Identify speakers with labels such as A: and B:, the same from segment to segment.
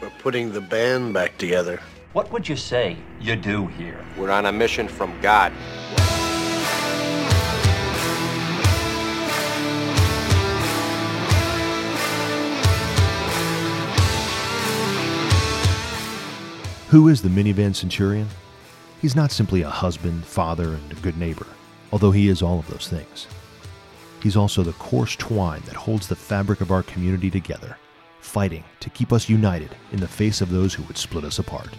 A: We're putting the band back together.
B: What would you say you do here?
C: We're on a mission from God.
D: Who is the minivan centurion? He's not simply a husband, father, and a good neighbor, although he is all of those things. He's also the coarse twine that holds the fabric of our community together, fighting to keep us united in the face of those who would split us apart.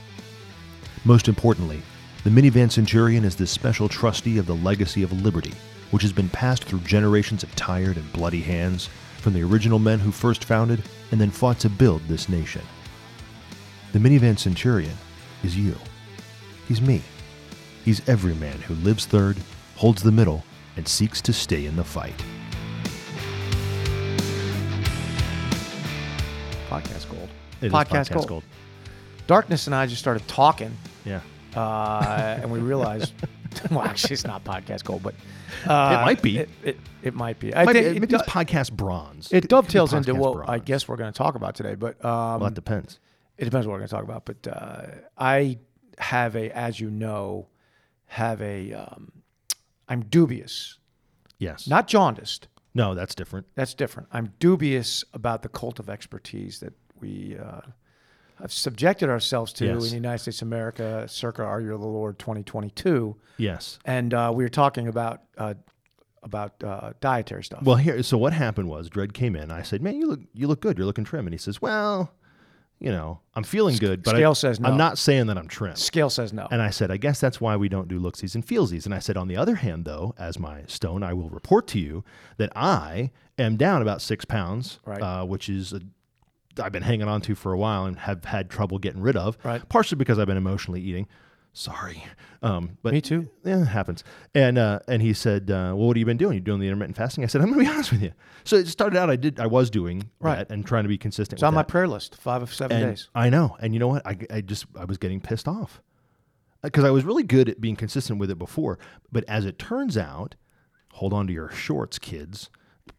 D: Most importantly, the minivan centurion is the special trustee of the legacy of liberty, which has been passed through generations of tired and bloody hands from the original men who first founded and then fought to build this nation. The minivan centurion is you. He's me. He's every man who lives third, holds the middle, and seeks to stay in the fight.
E: Podcast gold.
D: It is
E: podcast, gold. Darkness and I just started talking,
D: Yeah.
E: uh, and we realized, well, actually, it's not podcast gold, but uh,
D: might be.
E: It, it, it might be. I
D: Might be-
E: think
D: maybe
E: do-
D: it's podcast bronze. Could- could
E: it
D: be
E: dovetails into
D: podcast
E: what I
D: bronze.
E: guess we're going to talk about today, but um,
D: Well, that depends.
E: it depends what we're going to talk about. But uh, I have a, as you know, have a, um, I'm dubious,
D: Yes.
E: not jaundiced.
D: no, that's different.
E: That's different. I'm dubious about the cult of expertise that we uh, have subjected ourselves to
D: Yes.
E: in the United States of America, circa Our Year of the Lord 2022.
D: Yes.
E: And uh, we were talking about uh, about uh, dietary stuff.
D: Well, here. So what happened was, Dredd came in. I said, "Man, you look you look good. You're looking trim." And he says, "Well, you know, I'm feeling good, but I-
E: scale says no."
D: I'm not saying that I'm trim."
E: Scale says no.
D: And I said, I guess that's why we don't do looksies and feelsies. And I said, on the other hand, though, as my stone, I will report to you that I am down about six pounds,
E: Right.
D: uh, which is a, I've been hanging on to for a while and have had trouble getting rid of,
E: Right.
D: partially because I've been emotionally eating. Sorry, um, but
E: Me too.
D: Yeah, it happens. And uh, and he said, uh, "Well, what have you been doing? You doing the intermittent fasting?" I said, "I'm going to be honest with you." So it started out. I did. I was doing
E: Right.
D: that and trying to be consistent.
E: it's on
D: with
E: my
D: that.
E: prayer list, five of seven
D: And
E: days.
D: I know. And you know what? I, I just I was getting pissed off because I was really good at being consistent with it before. But as it turns out, hold on to your shorts, kids.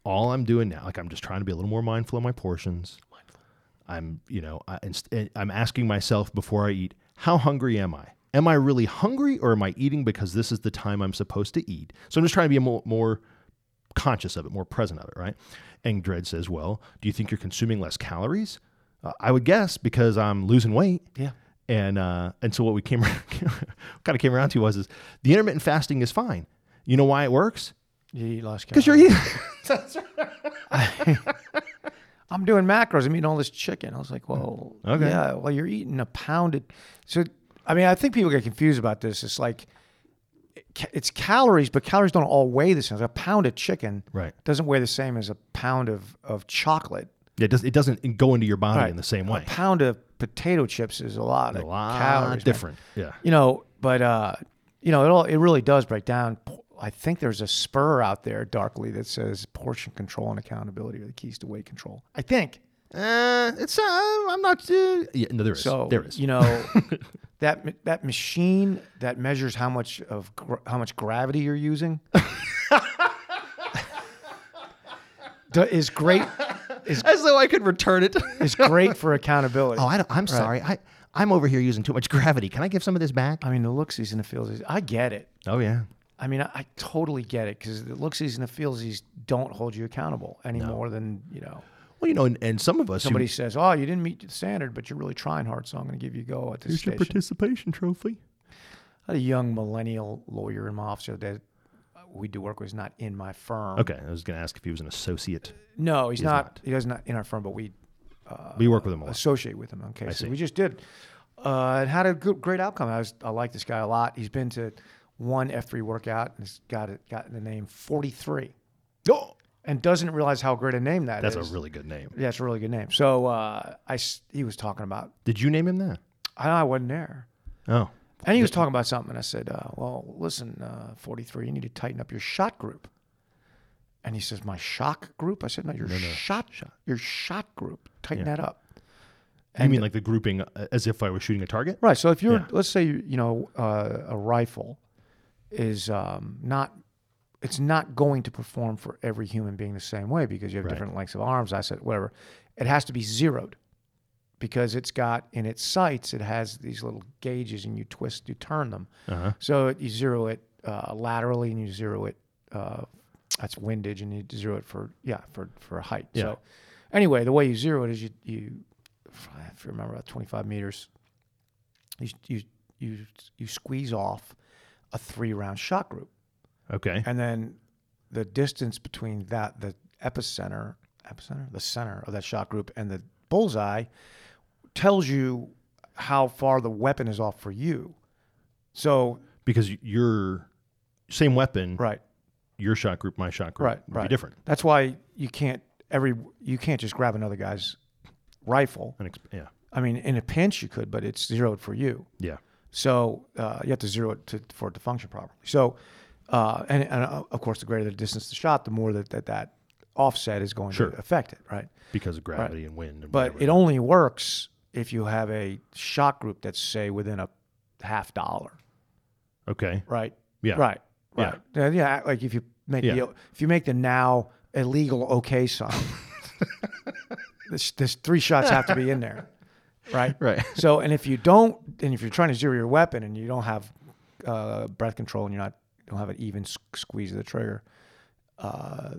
D: All I'm doing now, like I'm just trying to be a little more mindful of my portions. I'm, you know, I, inst- and I'm asking myself before I eat, how hungry am I? Am I really hungry, or am I eating because this is the time I'm supposed to eat? So I'm just trying to be a more, more conscious of it, more present of it, right? And Dredd says, well, do you think you're consuming less calories? Uh, I would guess because I'm losing weight.
E: Yeah.
D: And uh, and so what we came kind of came around to was is the intermittent fasting is fine. You know why it works?
E: You eat less
D: Because you're
E: calories.
D: eating.
E: I'm doing macros. I'm eating all this chicken. I was like, well,
D: Mm. Okay.
E: yeah, well, you're eating a pound. Of, so, I mean, I think people get confused about this. It's like, ca- it's calories, but calories don't all weigh the same. A pound of chicken
D: Right.
E: doesn't weigh the same as a pound of, of chocolate.
D: Yeah, it, does, it doesn't go into your body
E: Right.
D: in the same way.
E: A pound of potato chips is a lot
D: A
E: of
D: lot
E: calories. man.
D: different. Yeah.
E: You know, but uh, you know, it all it really does break down. I think there's a spur out there, darkly, that says portion control and accountability are the keys to weight control. I think.
D: Uh, it's uh, I'm not. Uh, yeah, no, there is.
E: So
D: there is.
E: You know, that ma- that machine that measures how much of gr- how much gravity you're using d- is great
D: as though I could return it.
E: is great for accountability.
D: oh, I don't, I'm sorry. I I'm over here using too much gravity. Can I give some of this back?
E: I mean, the looksies and the feelsies. I get it.
D: Oh yeah.
E: I mean, I, I totally get it because the looksies and the feelsies don't hold you accountable any more than you know.
D: Well, you know, and, and some of us who-
E: Somebody says, "Oh, you didn't meet the standard, but you're really trying hard, so I'm going to give you a go at this
D: Here's your
E: station."
D: participation trophy.
E: I had a young millennial lawyer in my office the other day. We do work with. He's not in my firm.
D: Okay, I was going to ask if he was an associate.
E: No, he's, not,
D: not.
E: He does not in our firm, but we
D: we work with him a lot.
E: associate with him on cases.
D: see.
E: We just did. Uh, it had a good, great outcome. I was, I like this guy a lot. He's been to one F3 workout and has got it, gotten the name 43 Uh,
D: Oh,
E: and doesn't realize how great a name that
D: that's a
E: is.
D: really good name.
E: yeah, it's a really good name. So uh, I, s- he was talking about,
D: Did you name him that?
E: I, I wasn't there.
D: Oh,
E: And he was talking about something, and I said, uh, "Well, listen, uh, forty-three, you need to tighten up your shot group." And he says, "My shock group?" I said, "No, your shot, your shot group. Tighten that up."
D: you mean like the grouping uh, as if I was shooting a target?
E: Right. So if you're,
D: Yeah.
E: let's say, you you know, uh, a rifle is um, not, it's not going to perform for every human being the same way because you have different lengths of arms. I said, whatever. It has to be zeroed. because it's got in its sights it has these little gauges and you twist you turn them so it, you zero it uh, laterally and you zero it uh, that's windage and you zero it for yeah for for height so anyway the way you zero it is you you if you remember about 25 meters you you you, you squeeze off a three round shot group
D: Okay.
E: and then the distance between that the epicenter epicenter the center of that shot group and the bullseye tells you how far the weapon is off for you so
D: Because your same weapon,
E: right
D: your shot group, my shot group
E: right
D: would
E: right
D: be different.
E: that's why you can't every you can't just grab another guy's rifle
D: And exp- yeah.
E: i mean in a pinch you could but it's zeroed for you
D: Yeah.
E: So uh, you have to zero it to, for it to function properly. So, uh, and, and uh, of course, the greater the distance the shot, the more that that, that offset is going
D: Sure.
E: to affect it, right?
D: Because of gravity and wind and
E: But
D: whatever.
E: it only works if you have a shot group that's say within a half dollar,
D: okay.
E: right?
D: Yeah.
E: Right.
D: Yeah.
E: Right. Yeah. yeah like if you make
D: Yeah.
E: the if you make the now illegal okay sign, this, this three shots have to be in there, right?
D: Right.
E: So, and if you don't, and if you're trying to zero your weapon and you don't have uh, breath control and you're not don't have an even s- squeeze of the trigger, uh,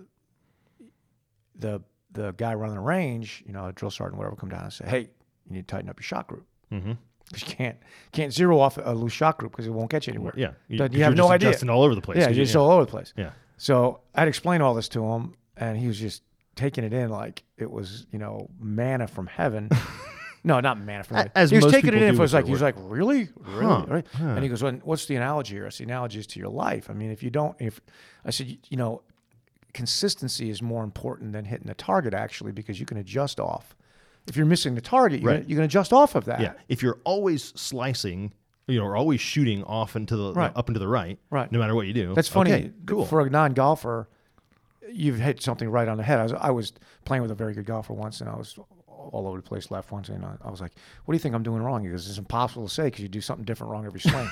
E: the the guy running the range, you know, a drill sergeant, whatever, come down and say, "Hey, you need to tighten up your shot group."
D: Mm-hmm.
E: Because you can't can't zero off a loose shot group because it won't get you anywhere.
D: Yeah.
E: you,
D: because
E: you
D: you're
E: have no
D: just
E: idea.
D: adjusting all over the place.
E: Yeah,
D: You-
E: you're just all over the place.
D: Yeah.
E: So I'd explain all this to him, and he was just taking it in like it was, you know, manna from heaven. no, not manna from heaven.
D: as
E: he was
D: most
E: taking it
D: people
E: in.
D: do with
E: for was like
D: their
E: he was like, really, really,
D: Huh,
E: Really?
D: huh.
E: And he goes, well, what's the analogy here? I said, analogy is to your life. I mean, if you don't, if I said, "You- you know, consistency is more important than hitting the target actually because you can adjust off. If you're missing the target, you're,
D: Right.
E: gonna, you can adjust off of that.
D: Yeah. If you're always slicing, you know, or always shooting off into the
E: Right.
D: up into the right,
E: Right.
D: no matter what you do.
E: That's funny.
D: Okay, cool.
E: For a non golfer, you've hit something right on the head. I was, I was playing with a very good golfer once, and I was all over the place left once, and I, I was like, "What do you think I'm doing wrong?" He goes, "It's impossible to say because you do something different wrong every swing.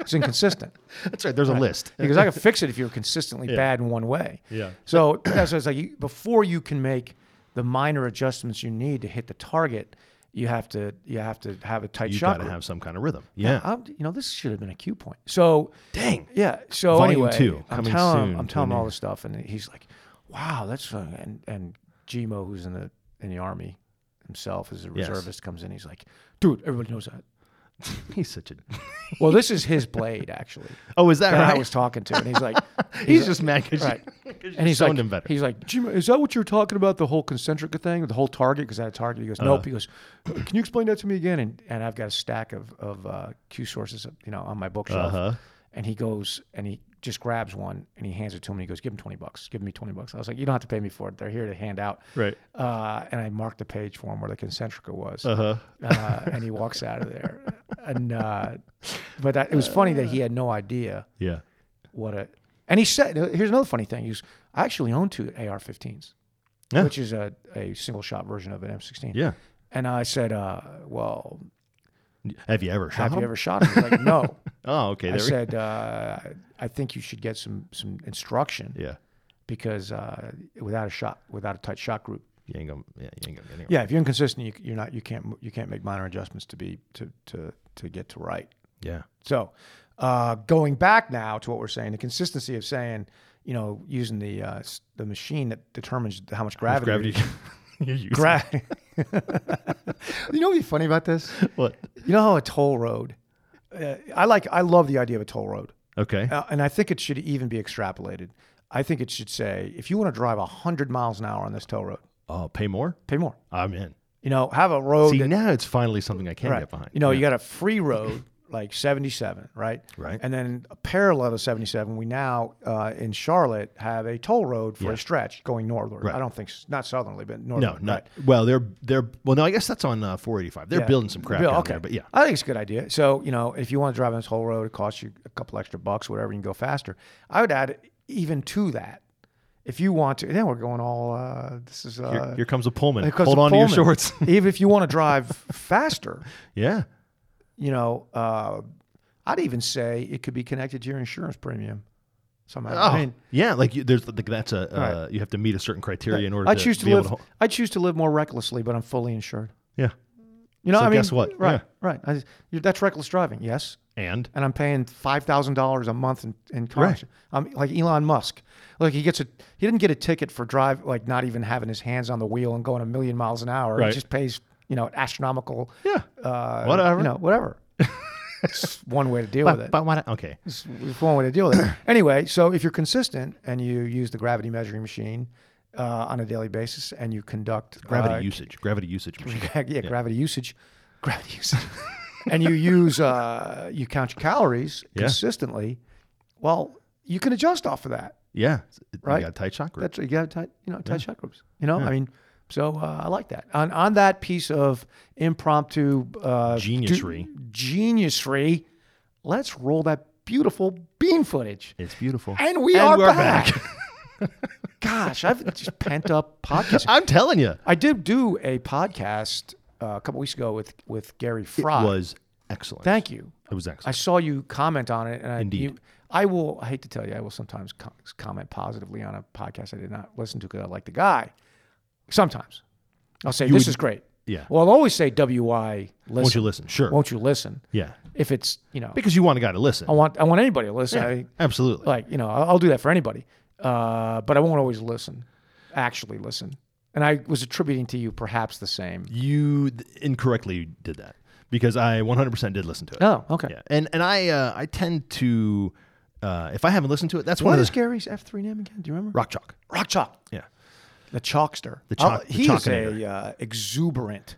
E: it's inconsistent."
D: That's right. There's a list.
E: Because I could fix it if you're consistently bad in one way.
D: Yeah.
E: So that's what it's like. You, before you can make the minor adjustments you need to hit the target, you have to you have to have a tight
D: You got
E: shot.
D: to
E: group.
D: have some kind of rhythm. Yeah.
E: I'm, you know, this should have been a cue point. So
D: Dang.
E: yeah. So
D: Volume
E: anyway,
D: two,
E: I'm
D: coming
E: telling
D: soon
E: him, I'm
D: to a
E: telling him
D: near-
E: all this stuff, and he's like, "Wow, that's fun." and and Gmo, who's in the in the army himself as a
D: Yes.
E: reservist, comes in. He's like, "Dude, everybody knows that."
D: He's such a.
E: Well, this is his blade actually.
D: Oh, is that
E: that
D: right?
E: I was talking to, and he's like,
D: he's just mad because
E: right.
D: and
E: And he's
D: zoned
E: like,
D: him better.
E: he's like, Jim, is that what you're talking about? The whole concentric thing, the whole target? Because I had a target. He goes,
D: Uh-huh.
E: nope. He goes, can you explain that to me again? And and I've got a stack of of uh, Q sources, you know, on my bookshelf.
D: Uh-huh.
E: And he goes and he just grabs one and he hands it to him. And he goes, give him twenty bucks. Give me twenty bucks. I was like, you don't have to pay me for it. They're here to hand out.
D: Right.
E: Uh, and I marked the page for him where the concentrica was.
D: Uh-huh.
E: Uh, and he walks out of there. And uh, but that, it was funny that he had no idea
D: Yeah.
E: what a and he said here's another funny thing he's i actually own two ar-15s
D: Yeah.
E: which is a, a single shot version of an m16
D: Yeah.
E: and i said uh, well
D: Have you ever shot
E: have you
D: him?
E: ever shot him he's like no
D: Oh, okay.
E: i
D: There
E: said uh, i think you should get some some instruction
D: we go. Yeah.
E: because uh, without a shot without a tight shot group
D: You ain't gonna. Yeah. You ain't gonna. Anyway.
E: yeah if you're inconsistent you, you're not you can't mo- you can't make minor adjustments to be to to to get to right
D: Yeah.
E: So, uh, going back now to what we're saying, the consistency of saying, you know, using the uh, s- the machine that determines how much gravity.
D: Gravity. You're using-
E: Gravity. you know what'd be funny about this?
D: What?
E: You know how a toll road. Uh, I like. I love the idea of a toll road,
D: Okay.
E: uh, and I think it should even be extrapolated. I think it should say, if you want to drive hundred miles an hour on this toll road,
D: Oh, pay more.
E: pay more.
D: I'm in.
E: You know, have a road.
D: See,
E: that-
D: now it's finally something I can
E: Oh, Right.
D: get behind.
E: You know, you got a free road like 77, right?
D: Right.
E: And then a parallel to 77, we now uh, in Charlotte have a toll road for a stretch going northward. I don't think s- not southerly, but
D: No,
E: northward.
D: not
E: right.
D: well. They're they're well. No, I guess that's on uh, 485. They're
E: Yeah.
D: building some crap
E: Bill,
D: down
E: okay.
D: there, but yeah,
E: I think it's a good idea. So you know, if you want to drive on this whole road, it costs you a couple extra bucks, whatever. You can go faster. I would add even to that. If you want to, then we're going all. Uh, this is uh,
D: here, here comes a Pullman.
E: because
D: Hold
E: of
D: on to your
E: Pullman.
D: shorts.
E: Even if you want to drive faster,
D: yeah,
E: you know, uh, I'd even say it could be connected to your insurance premium. somehow.
D: Oh,
E: I mean,
D: yeah, like you, there's like that's a uh, you have to meet a certain criteria in order.
E: I
D: to
E: choose to
D: be able
E: live.
D: to. hol-
E: I choose to live more recklessly, but I'm fully insured.
D: Yeah,
E: You know,
D: So
E: I mean,
D: guess what?
E: Right,
D: Yeah.
E: right. I, you- that's reckless driving. Yes,
D: and
E: and I'm paying five thousand dollars a month in, in car.
D: Right.
E: insurance. I'm like Elon Musk. Look, he gets a he didn't get a ticket for drive like not even having his hands on the wheel and going a million miles an hour.
D: Right.
E: He just pays you know astronomical.
D: yeah,
E: Uh,
D: Whatever.
E: You know, whatever. it's one way to deal with
D: but,
E: it.
D: but what? Okay,
E: It's it's one way to deal with it. anyway, so if you're consistent and you use the gravity measuring machine uh, on a daily basis and you conduct
D: gravity
E: uh,
D: usage, gravity usage machine.
E: yeah, gravity usage, gravity usage, and you use uh, you count your calories
D: Yeah.
E: consistently, well, you can adjust off of that.
D: Yeah,
E: Right.
D: You got a tight chakra.
E: That's you got to tight, you know, tight shot groups. You know, I mean, so uh, I like that. On on that piece of impromptu uh, do-
D: Geniusry.
E: geniusry, let's roll that beautiful bean footage.
D: it's beautiful.
E: And we
D: And
E: are
D: we're
E: back. Gosh, I've just pent up podcast.
D: I'm telling you,
E: I did do a podcast uh, a couple weeks ago with with Gary Fry.
D: was excellent.
E: Thank you.
D: It was
E: I
D: excellent.
E: saw you comment on it, and I,
D: Indeed.
E: you, I will. I hate to tell you, I will sometimes com- comment positively on a podcast I did not listen to because I like the guy. Sometimes I'll say this
D: would-
E: is great.
D: yeah.
E: Well, I'll always say WI. Listen.
D: Won't you listen? Sure.
E: Won't you listen?
D: yeah,
E: If it's you know,
D: because you want a guy to listen.
E: I want I want anybody to listen. I,
D: Absolutely.
E: like you know i'll I'll do that for anybody uh, but i won't always listen actually listen and i was attributing to you perhaps the same
D: you th- incorrectly did that because I 100% did listen to it.
E: oh okay
D: Yeah, and and I uh, I tend to uh, if I haven't listened to it, that's one
E: what
D: of
E: is
D: the
E: gary's f3 name again do you remember
D: rock chalk.
E: rock chalk
D: Yeah.
E: the chalkster the
D: chalk- the
E: he is
D: chalkinator.
E: a uh, exuberant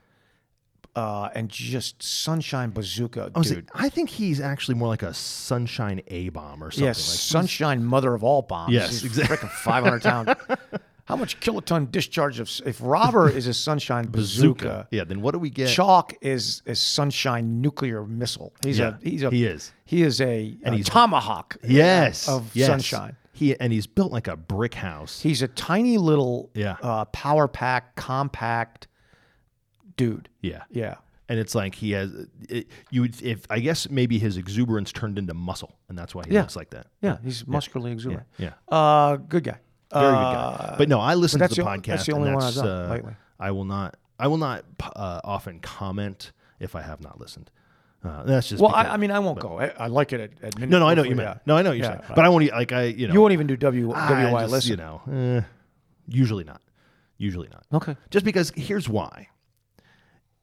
E: uh, and just sunshine bazooka
D: I, was
E: dude
D: like, I think he's actually more like a sunshine A bomb or something.
E: yes sunshine mother of all bombs
D: Yes,
E: He's
D: exactly.
E: freaking 500 pound how much kiloton discharge of s- if robber is a sunshine
D: Like,
E: bazooka.
D: Zuka. Yeah. Then what do we get?
E: Chalk is is sunshine nuclear missile. He's
D: Yeah,
E: a he's a
D: he is.
E: he is a, a
D: he's-
E: tomahawk. uh,
D: Yes.
E: of
D: yes.
E: sunshine.
D: He and he's built like a brick house.
E: He's a tiny little
D: Yeah.
E: uh, power pack compact dude.
D: yeah.
E: Yeah,
D: And it's like he has it, you would if I guess maybe his exuberance turned into muscle and that's why he
E: Yeah.
D: looks like that.
E: yeah. He's muscularly exuberant.
D: Yeah.
E: Uh, good guy.
D: Very good guy. But no, I listen to
E: Uh, that's
D: the,
E: the o-
D: podcast.
E: that's the
D: and
E: only one I've
D: that's,
E: done
D: uh,
E: lately.
D: I will not. I will not uh, often comment if I have not listened. Uh, that's just
E: well,
D: because-
E: I, I mean, I won't go. I, I like it at, at
D: no, no, I know what you meant. No, I know what you're
E: Yeah.
D: saying. But I won't e- like I you know
E: You won't even do W
D: I
E: WY
D: just,
E: listen.
D: You know, eh, usually not. Usually not.
E: Okay.
D: Just because here's why.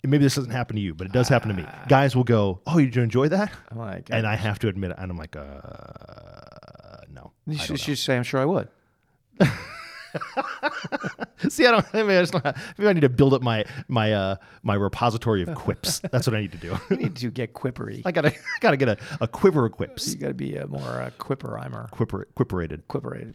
D: And Maybe this doesn't happen to you, but it does happen to me.
E: Ah.
D: Guys will go, "Oh, did you enjoy that?"
E: I'm like,
D: And I have to admit it, and I'm like, uh, "No."
E: you should, should say, I'm sure I would.
D: See, I don't. I, mean, I just don't have, maybe I need to build up my my uh, my repository of quips. That's what I need to do.
E: You need to get quippery.
D: I gotta gotta get a, a quiver of quips.
E: you got to be a more uh, quipperimer,
D: Quipper, quipperated.
E: quipperated.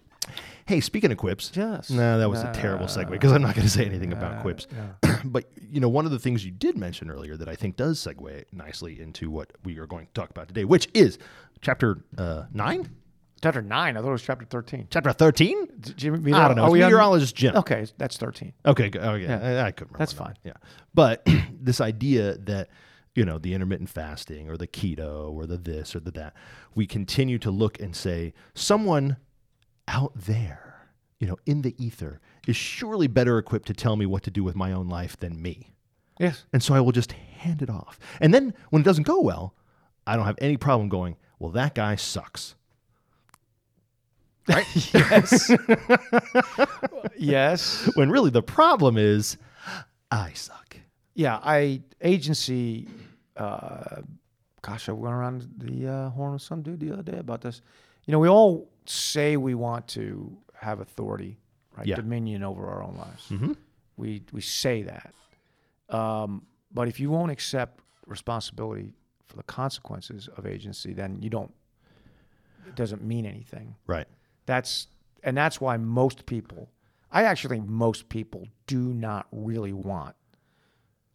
D: Hey, speaking of quips,
E: Yes.
D: no, that was a terrible segue because I'm not going to say anything about quips. but you know, one of the things you did mention earlier that I think does segue nicely into what we are going to talk about today, which is chapter uh, nine,
E: Chapter nine. I thought it was chapter thirteen.
D: chapter thirteen.
E: Do you mean
D: I don't know.
E: Are
D: It's
E: we on-
D: meteorologist Jim.
E: Okay, that's thirteen.
D: Okay. go- Okay. I, I couldn't remember.
E: That's
D: that.
E: fine.
D: Yeah. But this idea that, you know, the intermittent fasting or the keto or the this or the that, we continue to look and say, someone out there, you know, in the ether is surely better equipped to tell me what to do with my own life than me.
E: Yes.
D: And so I will just hand it off. And then when it doesn't go well, I don't have any problem going, well, that guy sucks.
E: Yes. yes.
D: When really the problem is, I suck.
E: Yeah. I agency. Uh, gosh, I went around the uh, horn with some dude the other day about this. You know, we all say we want to have authority, right?
D: Yeah. Mm-hmm.
E: Dominion over our own lives. We we say that, um, but if you won't accept responsibility for the consequences of agency, then you don't. It doesn't mean anything.
D: Right.
E: That's and that's why most people, I actually think most people do not really want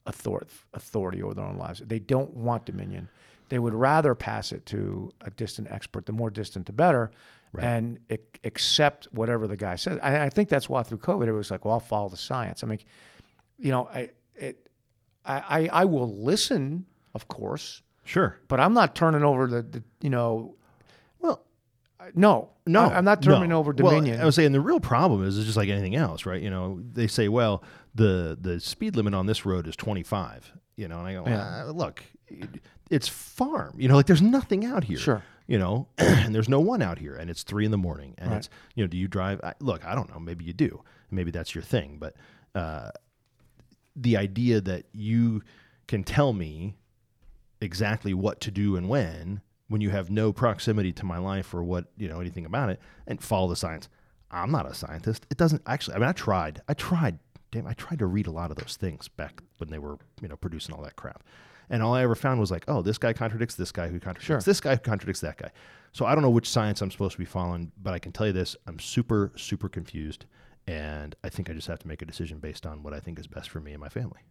E: authority authority over their own lives. They don't want dominion. They would rather pass it to a distant expert. The more distant, the better. And ac- accept whatever the guy says. I, I think that's why through COVID it was like, well, I'll follow the science. I mean, you know, I it, I, I I will listen, of course,
D: Sure.
E: but I'm not turning over the, the you know,
D: Well,
E: I- no,
D: No,
E: I, am not turning
D: no.
E: over
D: Well,
E: Dominion.
D: I was saying the real problem is it's just like anything else, right? You know, they say, well, the the speed limit on this road is 25. You know, and I go,
E: Yeah.
D: "Ah, look, it- it's farm. You know, like there's nothing out here.
E: Sure.
D: You know, and there's no one out here, and it's three in the morning, and it's you know, do you drive? I, look, I don't know. Maybe you do. Maybe that's your thing, but uh, the idea that you can tell me exactly what to do and when when you have no proximity to my life or what you know anything about it and follow the science i'm not a scientist it doesn't actually i mean i tried i tried damn i tried to read a lot of those things back when they were you know producing all that crap and all i ever found was like oh this guy contradicts this guy who contradicts this guy who contradicts that guy so i don't know which science i'm supposed to be following but i can tell you this i'm super super confused and i think i just have to make a decision based on what i think is best for me and my family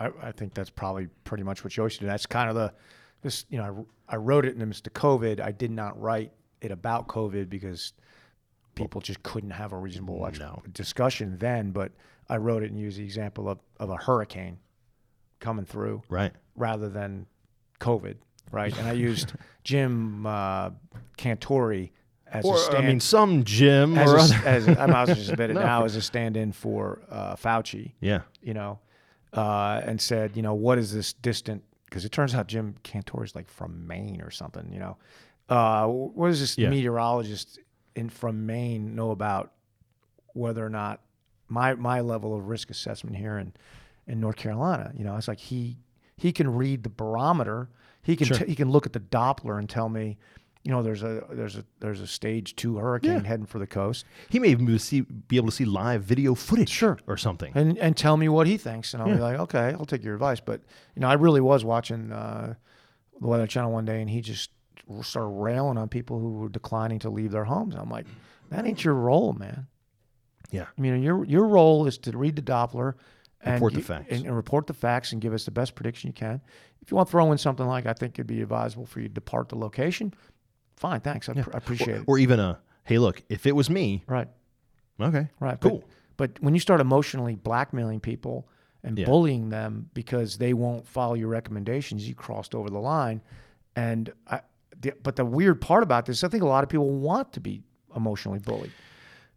E: I, I think that's probably pretty much what Yoshi did. That's kind of the, this you know, I, I wrote it in the midst of COVID. I did not write it about COVID because people just couldn't have a reasonable watch-
D: No.
E: discussion then. But I wrote it and used the example of, of a hurricane coming through
D: right
E: rather than COVID, right? And I used Jim uh, Cantori as
D: or
E: a stand.
D: i mean some gym
E: as
D: or
E: a,
D: other
E: as a, I might as well just admit it now as a stand-in for uh, Fauci
D: yeah
E: you know, uh, and said, you know, what is this distant? Because it turns out Jim Cantor is like from Maine or something, you know. Uh, what does this
D: Yeah.
E: meteorologist in from Maine know about whether or not my my level of risk assessment here in in North Carolina? You know, it's like he he can read the barometer. He can t- he can look at the Doppler and tell me, you know, there's a there's a there's a stage two hurricane heading for the coast.
D: He may even be, see, be able to see live video footage
E: Sure.
D: or something.
E: and and tell me what he thinks, and I'll be
D: Hmm.
E: like, okay, I'll take your advice. But you know, I really was watching uh, the Weather Channel one day, and he just r- started railing on people who were declining to leave their homes. I'm like, that ain't your role, man.
D: Yeah.
E: I mean, your your role is to read the Doppler and
D: Report the
E: you-
D: facts.
E: and, and report the facts and give us the best prediction you can. If you want to throw in something like, I think it'd be advisable for you to depart the location. Fine, thanks. I, pr- I appreciate it.
D: Or even a, hey, look, if it was me,
E: Right.
D: okay.
E: Right. but-
D: Cool.
E: But, when you start emotionally blackmailing people and bullying them because they won't follow your recommendations, you crossed over the line. And I, the, but the weird part about this, I think a lot of people want to be emotionally bullied.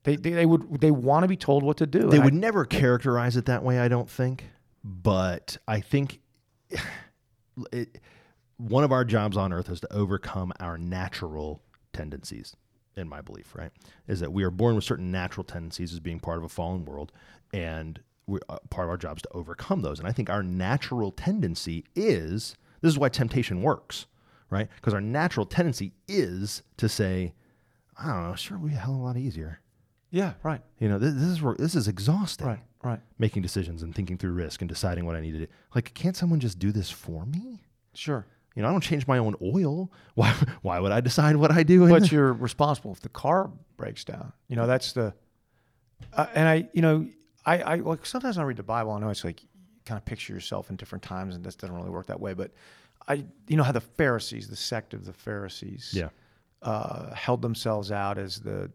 E: They, they, they would they want to be told what to do.
D: They
E: and I-
D: would never characterize it that way, I don't think. But I think it, one of our jobs on earth is to overcome our natural tendencies, in my belief, right? Is that we are born with certain natural tendencies as being part of a fallen world. And we, uh, part of our job is to overcome those. And I think our natural tendency is this is why temptation works, right? Because our natural tendency is to say, I don't know, sure, we a hell of a lot easier.
E: yeah, right,
D: You know, this, this is wor- this is exhausting.
E: right, right.
D: Making decisions and thinking through risk and deciding what I need to do. Like, can't someone just do this for me?
E: Sure.
D: You know, I don't change my own oil. Why? Why would I decide what I do? in
E: but
D: the-
E: you're responsible if the car breaks down. You know, that's the. Uh, and I, you know, I, I like sometimes I read the Bible. I know it's like kind of picture yourself in different times, and this doesn't really work that way. But I, you know, how the Pharisees, the sect of the Pharisees,
D: yeah,
E: uh, held themselves out as the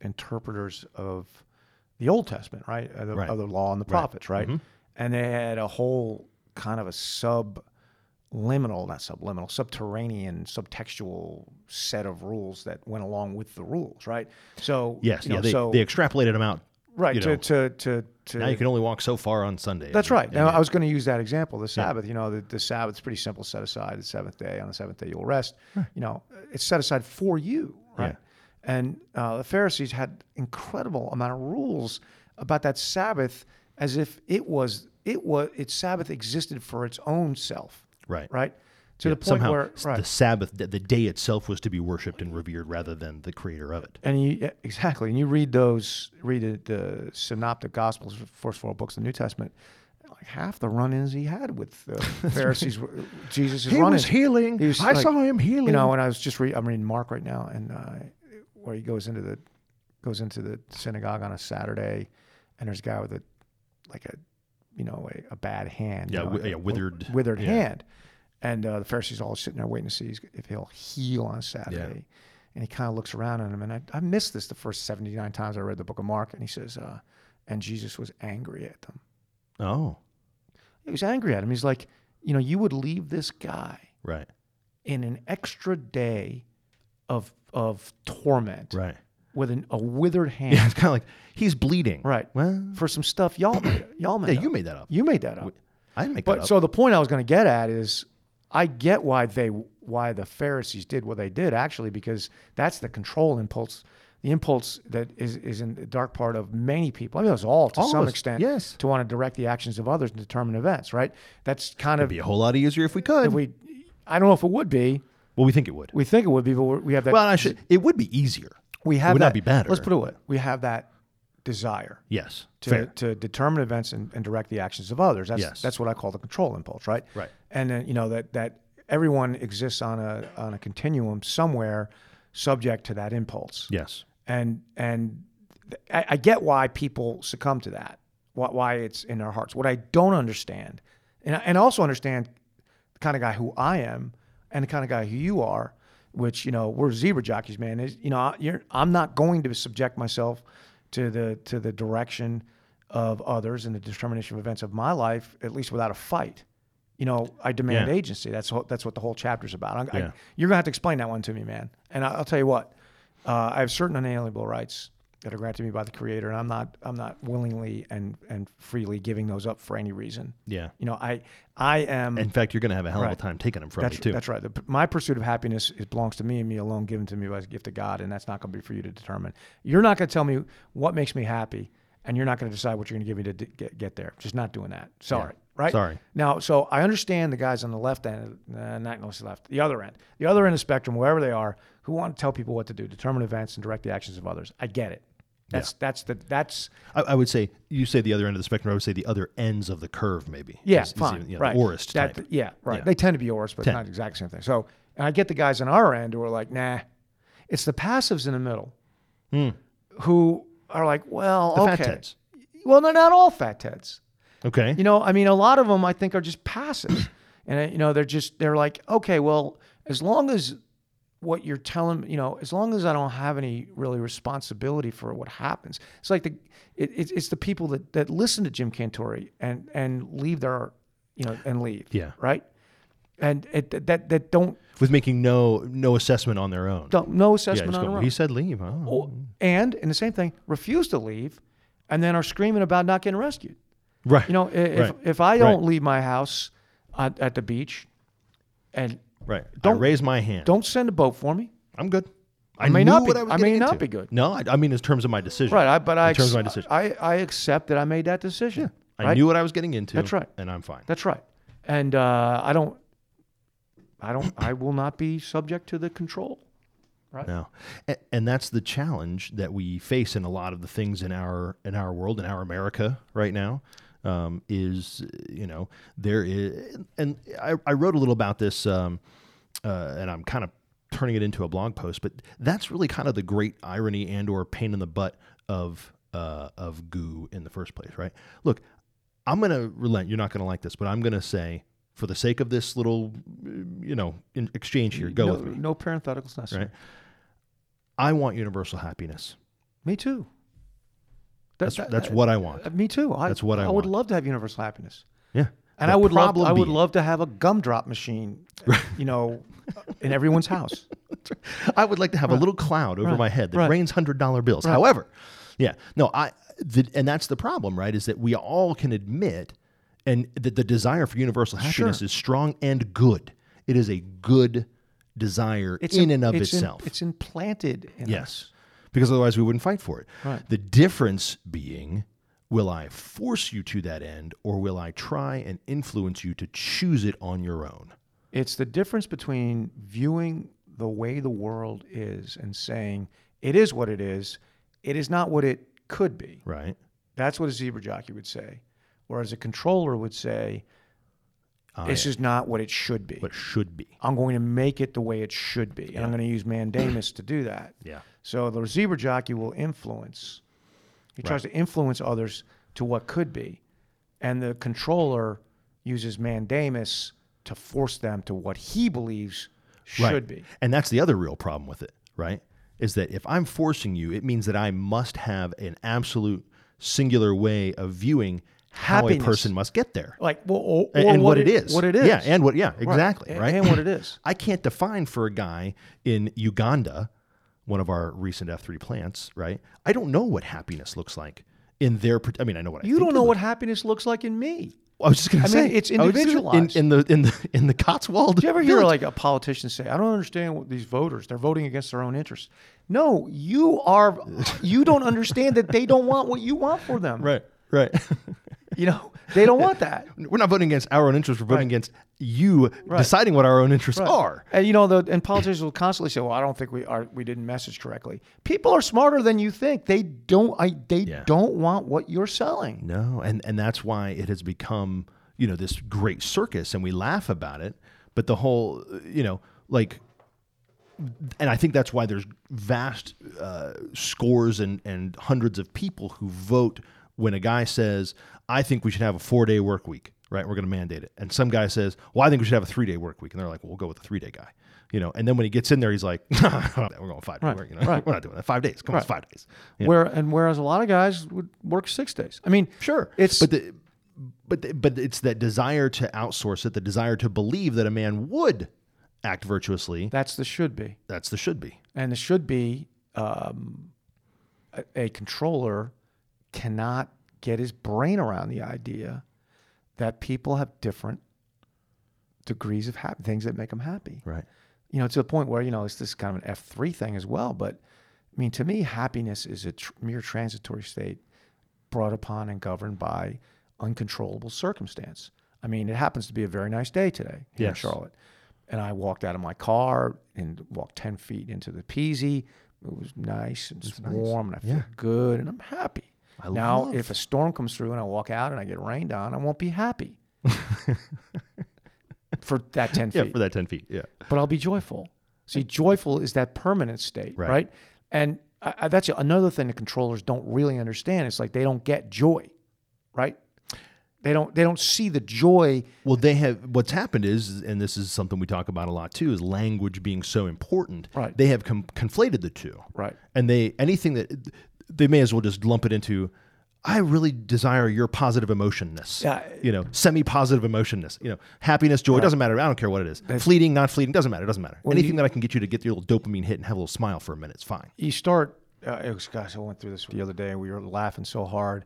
E: interpreters of the Old Testament, right? Of the,
D: Right. Mm-hmm.
E: of the law and the prophets, right? And they had a whole kind of a subliminal, not subliminal, subterranean, subtextual set of rules that went along with the rules, right? So
D: yes,
E: you know,
D: yeah. They,
E: so
D: they extrapolated them out.
E: right
D: you
E: to,
D: know.
E: to to to
D: Now you can only walk so far on Sunday.
E: that's
D: And-
E: right.
D: and
E: Now,
D: then-
E: I was going to use that example, the Sabbath. You know, the, the Sabbath's pretty simple. Set aside the seventh day. On the seventh day, you'll rest. You know, it's set aside for you, right? And uh, the Pharisees had incredible amount of rules about that Sabbath, as if it was it was its Sabbath existed for its own self,
D: right.
E: right? To the point
D: Somehow,
E: where
D: s-
E: right.
D: the Sabbath, the, the day itself, was to be worshipped and revered rather than the Creator of it.
E: And you yeah, exactly, and you read those, read the, the synoptic gospels, the first four books of the New Testament. Like half the run-ins he had with the Pharisees, were- Jesus'
D: He
E: run-ins.
D: was healing. I saw him
E: You
D: healing.
E: know, and I was just reading. I'm reading Mark right now, and uh, where he goes into the goes into the synagogue on a Saturday, and there's a guy with a like a you know a, a bad hand. you
D: Yeah,
E: know,
D: wi-
E: like a
D: yeah, withered-
E: withered
D: yeah.
E: hand, and uh, the Pharisees all sitting there waiting to see if he'll heal on Saturday. And he kind of looks around at him, and I, I missed this the first 79 times I read the book of Mark. And he says, uh, and Jesus was angry at them.
D: Oh,
E: He was angry at him. He's like, you know, you would leave this guy
D: right.
E: in an extra day of of torment
D: Right.
E: with an, a withered hand
D: Yeah, it's kind of like he's bleeding.
E: Right.
D: Well,
E: for some stuff y'all made, y'all made
D: yeah,
E: up.
D: you made that up.
E: you made that up.
D: I didn't make
E: but
D: that up.
E: so the point I was going to get at is I get why they why the Pharisees did what they did actually because that's the control impulse the impulse that is, is in the dark part of many people. I mean, it's all to
D: All of
E: some
D: us,
E: extent
D: yes.
E: to want to direct the actions of others and determine events, right? That's kind of
D: It'd be a whole lot easier if we could.
E: we. I don't know if it would be.
D: well, we think it would.
E: We think it would be, but we're- we have that.
D: well, I should. It would be easier.
E: we have
D: would
E: that,
D: not be better.
E: Let's put it away. We have that desire
D: Yes.
E: to,
D: fair.
E: to determine events and, and direct the actions of others. That's
D: Yes.
E: that's what I call the control impulse, right?
D: Right.
E: And then you know that that everyone exists on a on a continuum somewhere, subject to that impulse.
D: Yes.
E: And and th- I, I get why people succumb to that. Why, why it's in their hearts. What I don't understand, and I, and also understand the kind of guy who I am and the kind of guy who you are, which you know we're zebra jockeys, man. Is you know I- you're, I'm not going to subject myself to the to the direction of others and the determination of events of my life, at least without a fight. You know, I demand
D: Yeah.
E: agency. That's what that's what the whole chapter's about. I, I-
D: Yeah.
E: you're gonna have to explain that one to me, man. And I, I'll tell you what, uh, I have certain unalienable rights that are granted to me by the Creator, and I'm not I'm not willingly and and freely giving those up for any reason.
D: Yeah.
E: You know, I I am.
D: In fact, you're going to have a hell of
E: Right.
D: a time taking them from
E: That's,
D: you too.
E: that's right. The, my pursuit of happiness it belongs to me and me alone, given to me by the gift of God, and that's not going to be for you to determine. You're not going to tell me what makes me happy, and you're not going to decide what you're going to give me to d- get, get there. Just not doing that. Sorry, right?
D: Sorry.
E: Now, so I understand the guys on the left end, uh, not on the left, the other end, the other end of the spectrum, wherever they are, who want to tell people what to do, determine events, and direct the actions of others. I get it. That's that's the that's
D: I, I would say you say the other end of the spectrum. I would say the other ends of the curve, maybe.
E: Yeah,
D: Is- is
E: fine.
D: even, you know,
E: right.
D: Orist
E: That-
D: type.
E: yeah, right.
D: Yeah.
E: They tend to be orists, but not exactly the same thing. So, and I get the guys on our end who are like, nah, it's the passives in the middle who are like, well,
D: Hmm. The
E: okay.
D: fat tents.
E: Well, they're not all fat heads.
D: Okay.
E: You know, I mean, a lot of them I think are just passive, and uh, you know, they're just they're like, okay, well, as long as what you're telling, you know, as long as I don't have any really responsibility for what happens, it's like the it, it's it's the people that that listen to Jim Cantori and and leave their, you know, and leave,
D: Yeah.
E: right, and it, that that don't
D: With making no no assessment on their own.
E: don't no
D: yeah,
E: assessment
D: just
E: on
D: go,
E: their own.
D: he said leave. Oh.
E: and in the same thing, refuse to leave, and then are screaming about not getting rescued.
D: right.
E: You know, i- if,
D: Right.
E: if I don't leave my house at, at the beach and
D: right. Don't
E: don't-
D: raise my hand.
E: don't send a boat for me,
D: I'm good. I,
E: may
D: knew
E: not be-
D: what I, was
E: I may
D: getting
E: not
D: into.
E: be good.
D: No, I, I mean in terms of my decision.
E: right? I, but I,
D: in terms
E: ex-
D: of my decision,
E: I, I accept that I made that decision.
D: I
E: right?
D: knew what I was getting into.
E: That's right.
D: And I'm fine.
E: That's right. And uh, I don't, I don't, I will not be subject to the control.
D: No, and, and that's the challenge that we face in a lot of the things in our in our world in our America right now. Um, is you know there is, and I, I wrote a little about this, um, uh, and I'm kind of turning it into a blog post, but that's really kind of the great irony and or pain in the butt of uh, of goo in the first place, right? Look, I'm going to relent. You're not going to like this, but I'm going to say, for the sake of this little, uh, you know, in exchange here, go
E: no,
D: with me.
E: No parentheticals necessary.
D: Right. I want universal happiness.
E: Me too. That-
D: That's
E: that-
D: that's
E: that-
D: what I want.
E: uh, me too. I,
D: That's what I
E: would
D: want.
E: love to have universal happiness.
D: Yeah.
E: And
D: The
E: I would love,
D: problem
E: I would
D: being-
E: love to have a gumdrop machine, you know, in everyone's house.
D: I would like to have a little cloud over my head that
E: Right.
D: rains hundred dollar bills. However, yeah, no, I the, and that's the problem, right? Is that we all can admit and that the desire for universal happiness is strong and good. It is a good desire in and of
E: it's in-
D: itself.
E: it's implanted in us.
D: Yes. Because otherwise we wouldn't fight for it. The difference being will I force you to that end or will I try and influence you to choose it on your own?
E: It's the difference between viewing the way the world is and saying it is what it is. It is not what it could be.
D: Right?
E: That's what a zebra jockey would say. Whereas a controller would say, this is not what it should be.
D: But should be.
E: I'm going to make it the way it should be. And I'm going to use mandamus to do that.
D: Yeah.
E: So the zebra jockey will influence. He tries to influence others to what could be. And the controller uses mandamus to force them to what he believes should
D: Right.
E: be.
D: And that's the other real problem with it, right? Is that if I'm forcing you, it means that I must have an absolute singular way of viewing how a
E: Happiness.
D: person must get there
E: Like, well, or,
D: and,
E: or
D: and what it is.
E: What it is.
D: Yeah, and what yeah, exactly,
E: And-
D: right?
E: and what it is.
D: I can't define for a guy in Uganda, one of our recent F3 plants, right? I don't know what happiness looks like in their per- I mean, I know what I
E: you
D: think
E: don't
D: it
E: know
D: looks-
E: what happiness looks like in me.
D: I was just going
E: I
D: to say
E: mean, it's
D: I was just gonna-
E: individualized.
D: in, in the in the in the Cotswold.
E: Do you ever hear like a politician say, "I don't understand what these voters. They're voting against their own interests." No, you are. You don't understand that they don't want what you want for them.
D: right, right.
E: You know, they don't want that.
D: we're not voting against our own interests, we're voting against you deciding what our own interests are.
E: And you know, the, and politicians will constantly say, "Well, I don't think we are. We didn't message correctly." People are smarter than you think. They don't. I. They
D: Yeah.
E: don't want what you're selling.
D: No, and and that's why it has become you know this great circus, and we laugh about it. But the whole uh, you know like, and I think that's why there's vast uh, scores and and hundreds of people who vote when a guy says, "I think we should have a four day work week." Right, we're going to mandate it, and some guy says, "Well, I think we should have a three day work week," and they're like, "Well, we'll go with the three day guy." You know, and then when he gets in there, he's like, "We're going five. Right, you know, We're not doing that. Five days. Come on, it's five days." You know?
E: Where and whereas a lot of guys would work six days. I mean,
D: Sure,
E: It's
D: but the, but the, but it's that desire to outsource it, the desire to believe that a man would act virtuously.
E: that's the should be.
D: That's the should be.
E: and there should be um, a, a controller cannot get his brain around the idea that people have different degrees of happy things that make them happy
D: Right.
E: you know to the point where you know it's this kind of an f3 thing as well but i mean to me happiness is a tr- mere transitory state brought upon and governed by uncontrollable circumstance i mean it happens to be a very nice day today here in
D: Yes.
E: charlotte and i walked out of my car and walked 10 feet into the peasy it was nice and it's warm and i feel good and i'm happy
D: I
E: now
D: love-
E: if a storm comes through and i walk out and i get rained on i won't be happy for that 10
D: Yeah,
E: feet
D: for that ten feet. Yeah.
E: but I'll be joyful. See, joyful is that permanent state,
D: Right.
E: right? And I, I, that's another thing the controllers don't really understand. It's like they don't get joy, right? They don't. They don't see the joy.
D: Well, they have what's happened is, and this is something we talk about a lot too, is language being so important.
E: Right.
D: They have com- conflated the two.
E: Right.
D: And they anything that they may as well just lump it into. I really desire your positive emotionness.
E: Yeah.
D: You know, semi-positive emotionness. You know, happiness, joy doesn't matter. I don't care what it is. fleeting, not fleeting, doesn't matter. Doesn't matter. Anything that I can get you to get your little dopamine hit and have a little smile for a minute, it's fine.
E: You start. Uh, it was, gosh, I went through this the other day, and we were laughing so hard.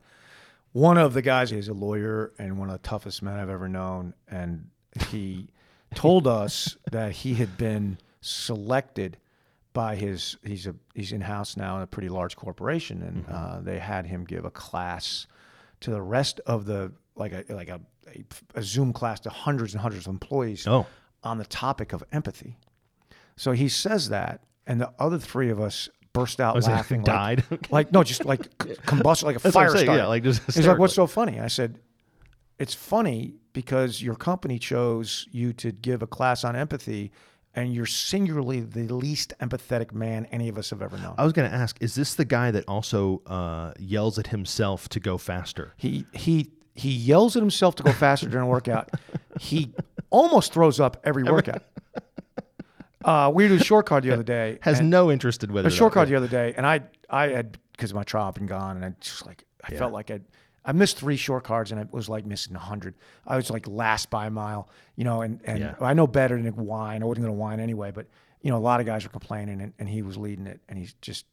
E: One of the guys is a lawyer and one of the toughest men I've ever known, and he told us that he had been selected by his he's a he's in house now in a pretty large corporation, and uh, they had him give a class to the rest of the like a like a, a, a Zoom class to hundreds and hundreds of employees
D: Oh.
E: on the topic of empathy. So he says that, and the other three of us burst out
D: Was it
E: laughing, like-
D: Oh, died?
E: like, no, just like c- combustion, like a
D: That's what I'm
E: fire
D: saying,
E: starter.
D: yeah, like, just
E: He's like, "What's so funny?" I said, "It's funny because your company chose you to give a class on empathy." And you're singularly the least empathetic man any of us have ever known.
D: I was going to ask, is this the guy that also uh, yells at himself to go faster?
E: He he he yells at himself to go faster during a workout. He almost throws up every workout. Uh, we did a short card the other day.
D: Has
E: and-
D: no interest in whether
E: a
D: that-
E: short card the other day, and I I had because my trial had been gone, and I just like I felt like I I missed three short cards, and I was like missing hundred. I was like last by a mile, you know, and and
D: Yeah.
E: I know better than to whine. I wasn't going to whine anyway, but you know, a lot of guys were complaining, and, and he was leading it, and he's just.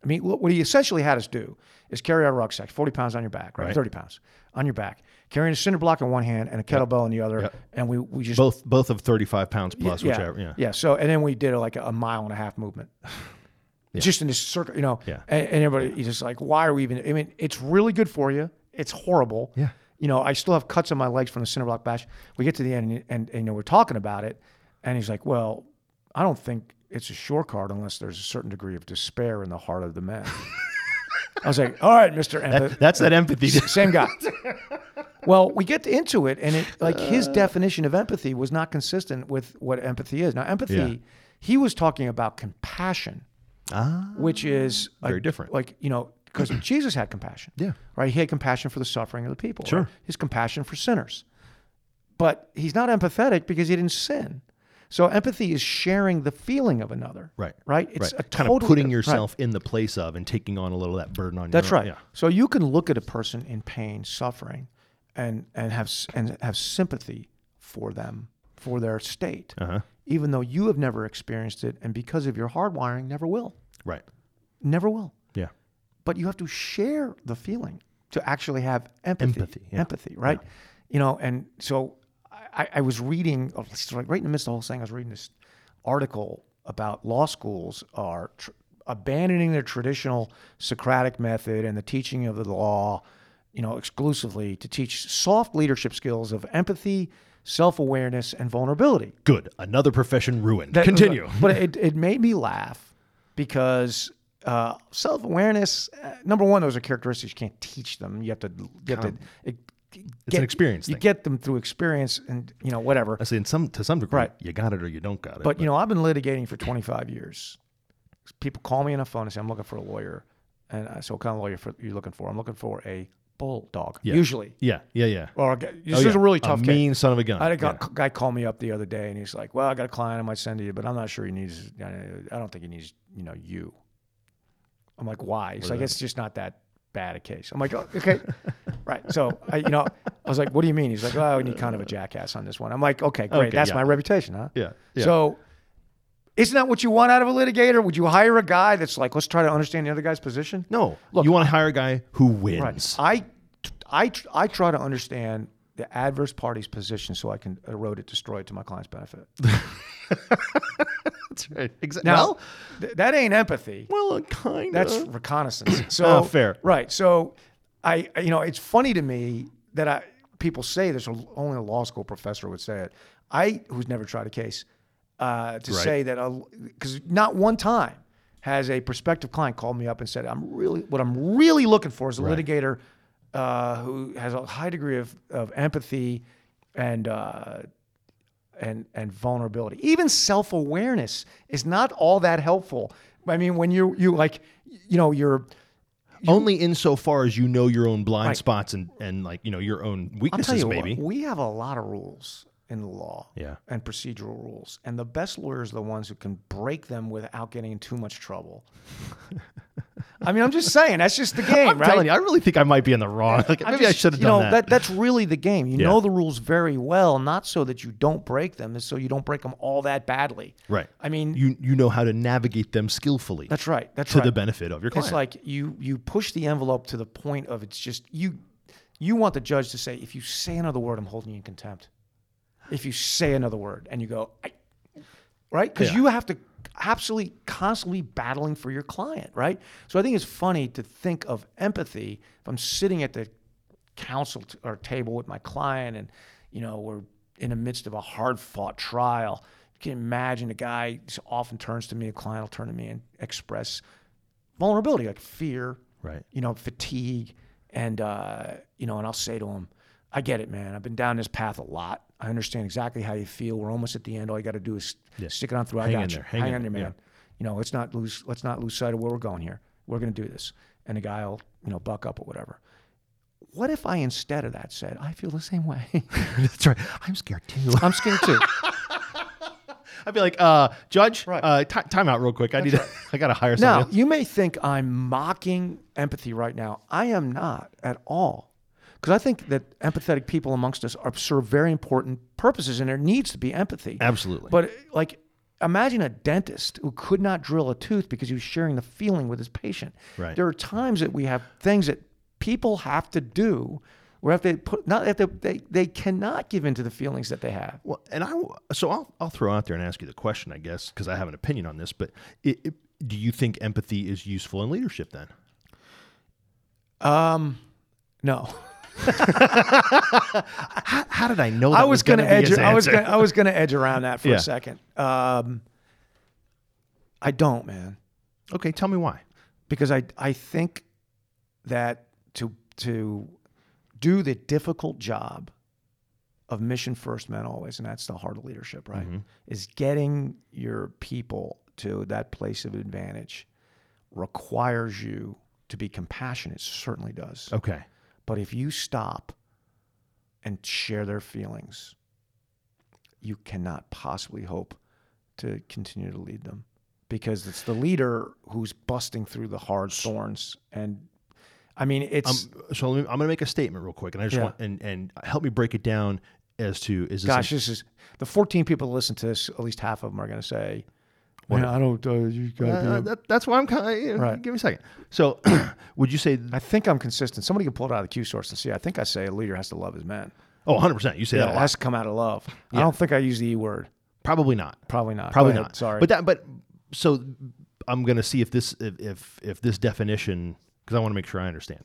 E: I mean, what what he essentially had us do is carry our rucksacks, 40 pounds on your back, right? 30 pounds on your back, carrying a cinder block in one hand and a kettlebell in the other. And we, we just
D: both both of 35 pounds plus whichever yeah,
E: so and then we did like a, mile and a half movement. Just in this circle, you know.
D: Yeah.
E: And, and everybody is just like, why are we even I mean, it's really good for you. It's horrible.
D: Yeah.
E: You know, I still have cuts on my legs from the cinder block bash. We get to the end and, and, and, you know, we're talking about it. And he's like, Well, I don't think it's a short card unless there's a certain degree of despair in the heart of the man. I was like, All right, Mr. Empath.
D: that's that empathy
E: Same guy. well, we get into it, and it like
D: Uh.
E: his definition of empathy was not consistent with what empathy is. Now, empathy,
D: Yeah.
E: he was talking about compassion, which is a-
D: very different.
E: Like you know, because Jesus had compassion.
D: Yeah.
E: right. He had compassion for the suffering of the people.
D: Sure.
E: right? his compassion for sinners, but he's not empathetic because he didn't sin. So empathy is sharing the feeling of another.
D: Right.
E: Right. It's
D: right.
E: a
D: kind
E: totally
D: of putting
E: different- right.
D: yourself in the place of and taking on a little of that burden on
E: That's
D: your
E: right. So you can look at a person in pain, suffering, and and have s- and have sympathy for them for their state,
D: Uh-huh.
E: even though you have never experienced it, and because of your hardwiring, never will,
D: Right.
E: never will.
D: Yeah.
E: But you have to share the feeling to actually have empathy.
D: Empathy, yeah.
E: empathy, right? You know, and so I, I- I was reading, oh, it's like right in the midst of the whole thing, I was reading this article about law schools are tr- abandoning their traditional Socratic method and the teaching of the law, you know, exclusively to teach soft leadership skills of empathy, self awareness, and vulnerability.
D: Good. Another profession ruined.
E: That-
D: Continue.
E: But it, it made me laugh because uh, self awareness. Uh, number one, those are characteristics you can't teach them. You have to. You have to it,
D: It's an experience
E: You
D: thing.
E: get them through experience, and you know whatever.
D: I see. In some to some degree,
E: Right.
D: you got it or you don't got it.
E: But you know, I've been litigating for 25 years. People call me on the phone and say, "I'm looking for a lawyer," and I, so what kind of lawyer for, you looking for? I'm looking for a bulldog, usually.
D: yeah, yeah, yeah.
E: Or a guy- this
D: Oh,
E: is a
D: yeah.
E: really tough
D: a
E: case.
D: mean son of a gun.
E: I had a guy,
D: Yeah.
E: guy call me up the other day, and he's like, "Well, I got a client I might send to you, but I'm not sure he needs. I don't think he needs, you know, you." I'm like, "Why?" He's like, "It's just not that bad a case." I'm like, oh, "Okay, right." So I, you know, I was like, "What do you mean?" He's like, "Well, we need kind of a jackass on this one." I'm like, "Okay, great.
D: Okay,
E: That's
D: yeah.
E: my reputation, huh?"
D: Yeah, yeah.
E: So. Isn't that what you want out of a litigator? Would you hire a guy that's like, let's try to understand the other guy's position?
D: No, look, you want to hire a guy who wins.
E: Right. I, I, I try to understand the adverse party's position so I can erode it, destroy it to my client's benefit.
D: That's right. Exactly.
E: Now, th- that ain't empathy.
D: well, kind
E: That's reconnaissance. So
D: Ah, fair.
E: right? So, I I- you know it's funny to me that I people say this. Only a law school professor would say it. I who's never tried a case uh, to
D: Right.
E: say that because not one time has a prospective client called me up and said I'm really what I'm really looking for is a litigator uh, who has a high degree of of empathy and. Uh, and and vulnerability. Even self awareness is not all that helpful. I mean, when you you like, you know, you're
D: only insofar as you know your own blind spots and and like you know your own
E: I'll
D: weaknesses.
E: tell you
D: maybe.
E: what, we have a lot of rules in the law
D: Yeah.
E: and procedural rules, and the best lawyers are the ones who can break them without getting in too much trouble. I mean, I'm just saying that's just the game,
D: I'm
E: right?
D: telling you, I really think I might be in the wrong. Like,
E: I'm
D: maybe I
E: just-
D: should have
E: you
D: done
E: know,
D: that.
E: That's really the game. You
D: Yeah.
E: know the rules very well, not so that you don't break them, is so you don't break them all that badly.
D: Right.
E: I mean,
D: You you know how to navigate them skillfully
E: that's right. That's
D: to
E: right.
D: the benefit of your client.
E: It's like you you push the envelope to the point of it's just you you want the judge to say if you say another word I'm holding you in contempt. If you say another word and you go I, right because
D: Yeah.
E: you have to absolutely constantly battling for your client right. So I think it's funny to think of empathy if I'm sitting at the counsel t- or table with my client and you know we're in the midst of a hard fought trial you can imagine a guy s- often turns to me a client will turn to me and express vulnerability like fear
D: Right.
E: you know fatigue and uh, you know and i'll say to him i get it man i've been down this path a lot i understand exactly how you feel we're almost at the end all you got to do is stick it on through
D: Hang
E: i
D: in
E: got you
D: there. Hang in
E: on there
D: there.
E: man you know let's not lose let's not lose sight of where we're going here we're going to do this and the guy will you know buck up or whatever what if I instead of that said, I feel the same way?
D: that's right. I'm scared too.
E: I'm scared too.
D: I'd be like, uh, Judge,
E: Right.
D: uh, ti time out real quick. I need. to I gotta hire
E: now,
D: someone.
E: you may think I'm mocking empathy right now. I am not at all. Because I think that empathetic people amongst us are serve very important purposes and there needs to be empathy.
D: Absolutely.
E: But like, imagine a dentist who could not drill a tooth because he was sharing the feeling with his patient.
D: Right.
E: There are times that we have things that people have to do where if they put not if they, they they cannot give in to the feelings that they have.
D: Well, and I so I'll I'll throw out there and ask you the question, I guess, because I have an opinion on this. But it, it, do you think empathy is useful in leadership? Then
E: Um, no.
D: how, how did I know? That
E: I was going
D: gonna
E: to
D: be
E: edge.
D: his
E: I was
D: answer?
E: going. I was going to edge around that for
D: Yeah.
E: a second. Um, I don't, man,
D: Okay, tell me why.
E: because I I think that to to do the difficult job of mission first, men always, and that's the heart of leadership, right?
D: Mm-hmm.
E: Is getting your people to that place of advantage requires you to be compassionate. It certainly does.
D: Okay,
E: But if you stop and share their feelings, you cannot possibly hope to continue to lead them because it's the leader who's busting through the hard thorns. And I mean, it's
D: Um, So let me, I'm going to make a statement real quick, and I just
E: Yeah.
D: want and and help me break it down as to is this a-
E: gosh, this is the 14 people that listen to this. At least half of them are going to say, "Man, I don't. Uh, you got
D: Uh, uh, that, that's why I'm kind of.
E: Right.
D: Give me a second. So, would you say?
E: I think I'm consistent. Somebody can pull it out of the Q source and see. I think I say a leader has to love his men.
D: Oh, 100 percent. You say
E: Yeah,
D: that a
E: it
D: lot.
E: has to come out of love. I don't think I use the E word.
D: Probably not.
E: Probably not. Go
D: Probably
E: ahead.
D: not.
E: Sorry.
D: But that. But so I'm going to see if this if if, if this definition because I want to make sure I understand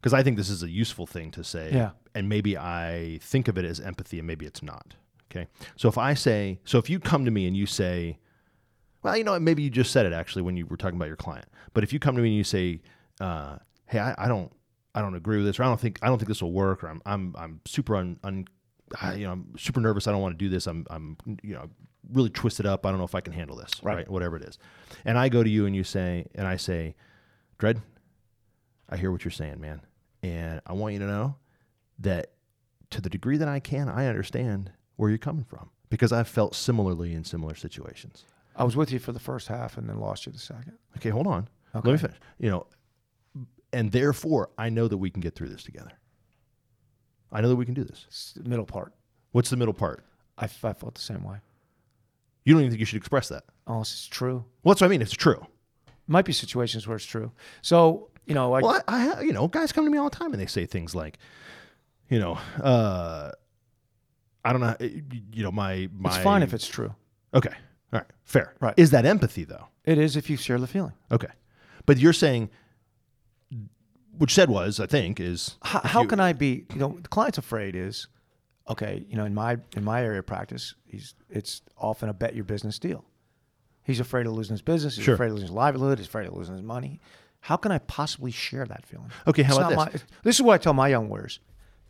D: because I think this is a useful thing to say.
E: Yeah.
D: And maybe I think of it as empathy, and maybe it's not. Okay. So if I say, so if you come to me and you say, well, you know, what, maybe you just said it actually when you were talking about your client. But if you come to me and you say, uh, "Hey, I, I don't, I don't agree with this, or I don't think, I don't think this will work, or I'm, I'm, I'm super un, un I, you know, I'm super nervous. I don't want to do this. I'm, I'm, you know, really twisted up. I don't know if I can handle this, right? Whatever it is. And I go to you and you say, and I say, Dred, I hear what you're saying, man, and I want you to know that to the degree that I can, I understand where you're coming from because I've felt similarly in similar situations.
E: I was with you for the first half and then lost you the second.
D: Okay, hold on. Let me finish. You know, and therefore, I know that we can get through this together. I know that we can do this.
E: It's the middle part.
D: What's the middle part?
E: I, f- I felt the same way.
D: You don't even think you should express that.
E: Unless it's true.
D: Well, that's what I mean. It's true.
E: Might be situations where it's true. So you know, like
D: Well, I, I ha- you know, guys come to me all the time and they say things like, you know, uh, I don't know, you know, my my.
E: it's fine if it's true.
D: okay. All right, fair.
E: Right.
D: Is that empathy though?
E: It is if you share the feeling.
D: Okay, but you're saying, what you said was, I think, is
E: how, how can I be? You know, the client's afraid is, okay. You know, in my in my area of practice, he's it's often a bet your business deal. He's afraid of losing his business. He's
D: Sure.
E: afraid of losing his livelihood. He's afraid of losing his money. How can I possibly share that feeling?
D: Okay, how
E: It's
D: about
E: not
D: this?
E: My, this is what I tell my young warriors: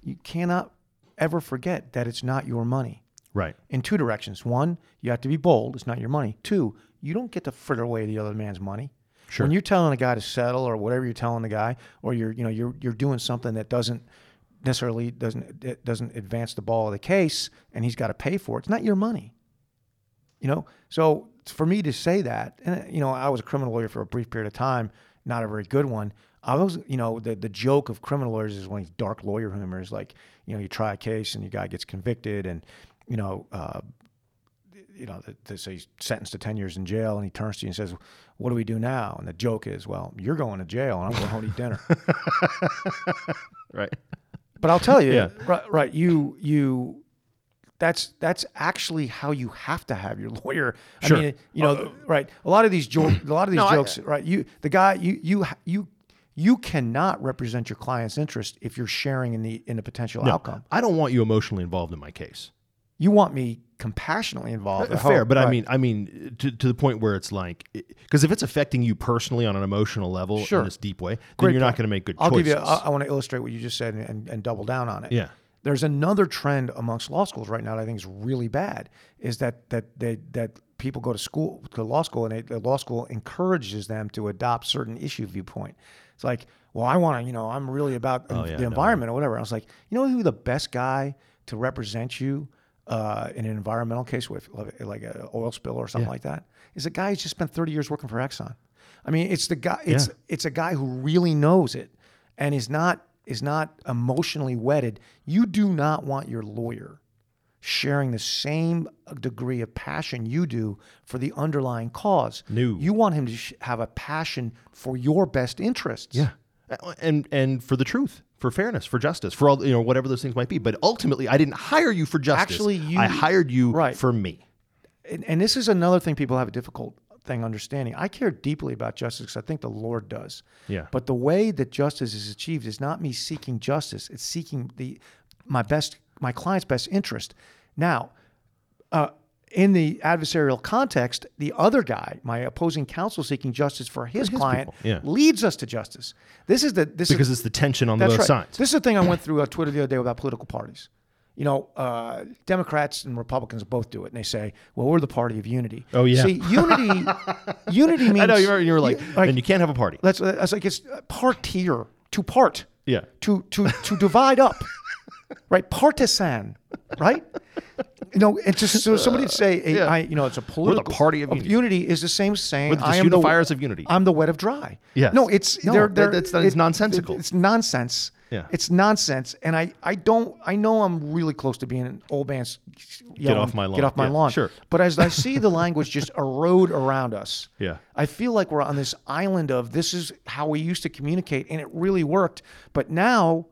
E: you cannot ever forget that it's not your money.
D: right.
E: In two directions: one, you have to be bold; it's not your money. Two, you don't get to fritter away the other man's money.
D: Sure.
E: When you're telling a guy to settle or whatever you're telling the guy, or you're you know you're you're doing something that doesn't necessarily doesn't it doesn't advance the ball of the case, and he's got to pay for it. It's not your money. You know, so for me to say that, and you know, I was a criminal lawyer for a brief period of time, not a very good one. I was, you know, the the joke of criminal lawyers is one of these dark lawyer humors, like you know, you try a case and your guy gets convicted, and you know, uh, you know, they, they say he's sentenced to 10 years in jail and he turns to you and says, what do we do now? And the joke is, well, you're going to jail and I'm going home to eat dinner.
D: Right.
E: But I'll tell you,
D: Yeah.
E: right, right, you, you, that's that's actually how you have to have your lawyer. I
D: Sure. Uh,
E: mean, you know, right? A lot of these jokes, a lot of these jokes, right? You, the guy, you, you, ha- you, you cannot represent your client's interest if you're sharing in the in the potential outcome.
D: I don't want you emotionally involved in my case.
E: You want me compassionately involved. I
D: fair,
E: hope,
D: but I
E: right.
D: mean, I mean, to, to the point where it's like, because if it's affecting you personally on an emotional level
E: Sure.
D: in this deep way, then
E: Great
D: you're not
E: point.
D: going to make good
E: I'll
D: choices.
E: give you. I, I want to illustrate what you just said and, and, and double down on it.
D: Yeah.
E: There's another trend amongst law schools right now that I think is really bad. Is that that they that people go to school to law school and they, the law school encourages them to adopt certain issue viewpoint. It's like, well, I want to, you know, I'm really about
D: Oh, yeah,
E: the
D: no.
E: environment or whatever. I was like, you know, who the best guy to represent you. Uh, in an environmental case with like an oil spill or something like that, is a guy who's just spent 30 years working for Exxon. I mean, it's the guy. It's
D: Yeah.
E: it's a guy who really knows it and is not is not emotionally wedded. You do not want your lawyer sharing the same degree of passion you do for the underlying cause.
D: No.
E: You want him to sh- have a passion for your best interests.
D: yeah, and and for the truth, for fairness, for justice, for all you know, whatever those things might be. But ultimately, I didn't hire you for justice.
E: Actually, you-
D: I hired you
E: Right.
D: for me.
E: and, and this is another thing people have a difficult thing understanding. I care deeply about justice. 'cause I think the Lord does.
D: Yeah.
E: But the way that justice is achieved is not me seeking justice. It's seeking the my best my client's best interest. Now, uh, in the adversarial context, the other guy, my opposing counsel, seeking justice for his, client,
D: people, yeah.
E: leads us to justice. This is the this is
D: Because it's the tension on both sides.
E: this is the thing I went through on Twitter the other day about political parties. You know, uh, Democrats and Republicans both do it, and they say, "Well, we're the party of unity."
D: Oh, yeah.
E: See, unity, unity means.
D: I know you were, you were like,
E: like,
D: and you can't have a party.
E: That's, that's like it's uh, partier to part.
D: Yeah.
E: To to to divide up, right? Partisan, right? you know, it's just so somebody would say, hey,
D: yeah.
E: I, you know, it's a
D: the
E: political
D: party of
E: unity.
D: unity.
E: is the same saying.
D: We're the
E: I am the
D: unifiers of unity.
E: I'm the wet of dry.
D: Yes.
E: No, it's
D: No,
E: they're,
D: that-
E: they're,
D: that's- that is nonsensical.
E: It's nonsense.
D: Yeah.
E: It's nonsense, and I, I don't I know I'm really close to being an old man's yelling,
D: off my lawn.
E: Get off my
D: Yeah,
E: lawn.
D: sure.
E: But as I see the language just erode around us,
D: Yeah.
E: I feel like we're on this island of this is how we used to communicate, and it really worked. But now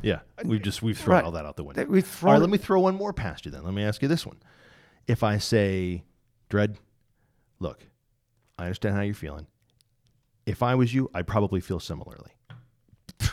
D: Yeah, we've just we've thrown
E: Right.
D: all that out the window.
E: That we've
D: all
E: thrown-
D: right, let me throw one more past you then. Let me ask you this one: If I say, "Dread, look, I understand how you're feeling. If I was you, I'd probably feel similarly."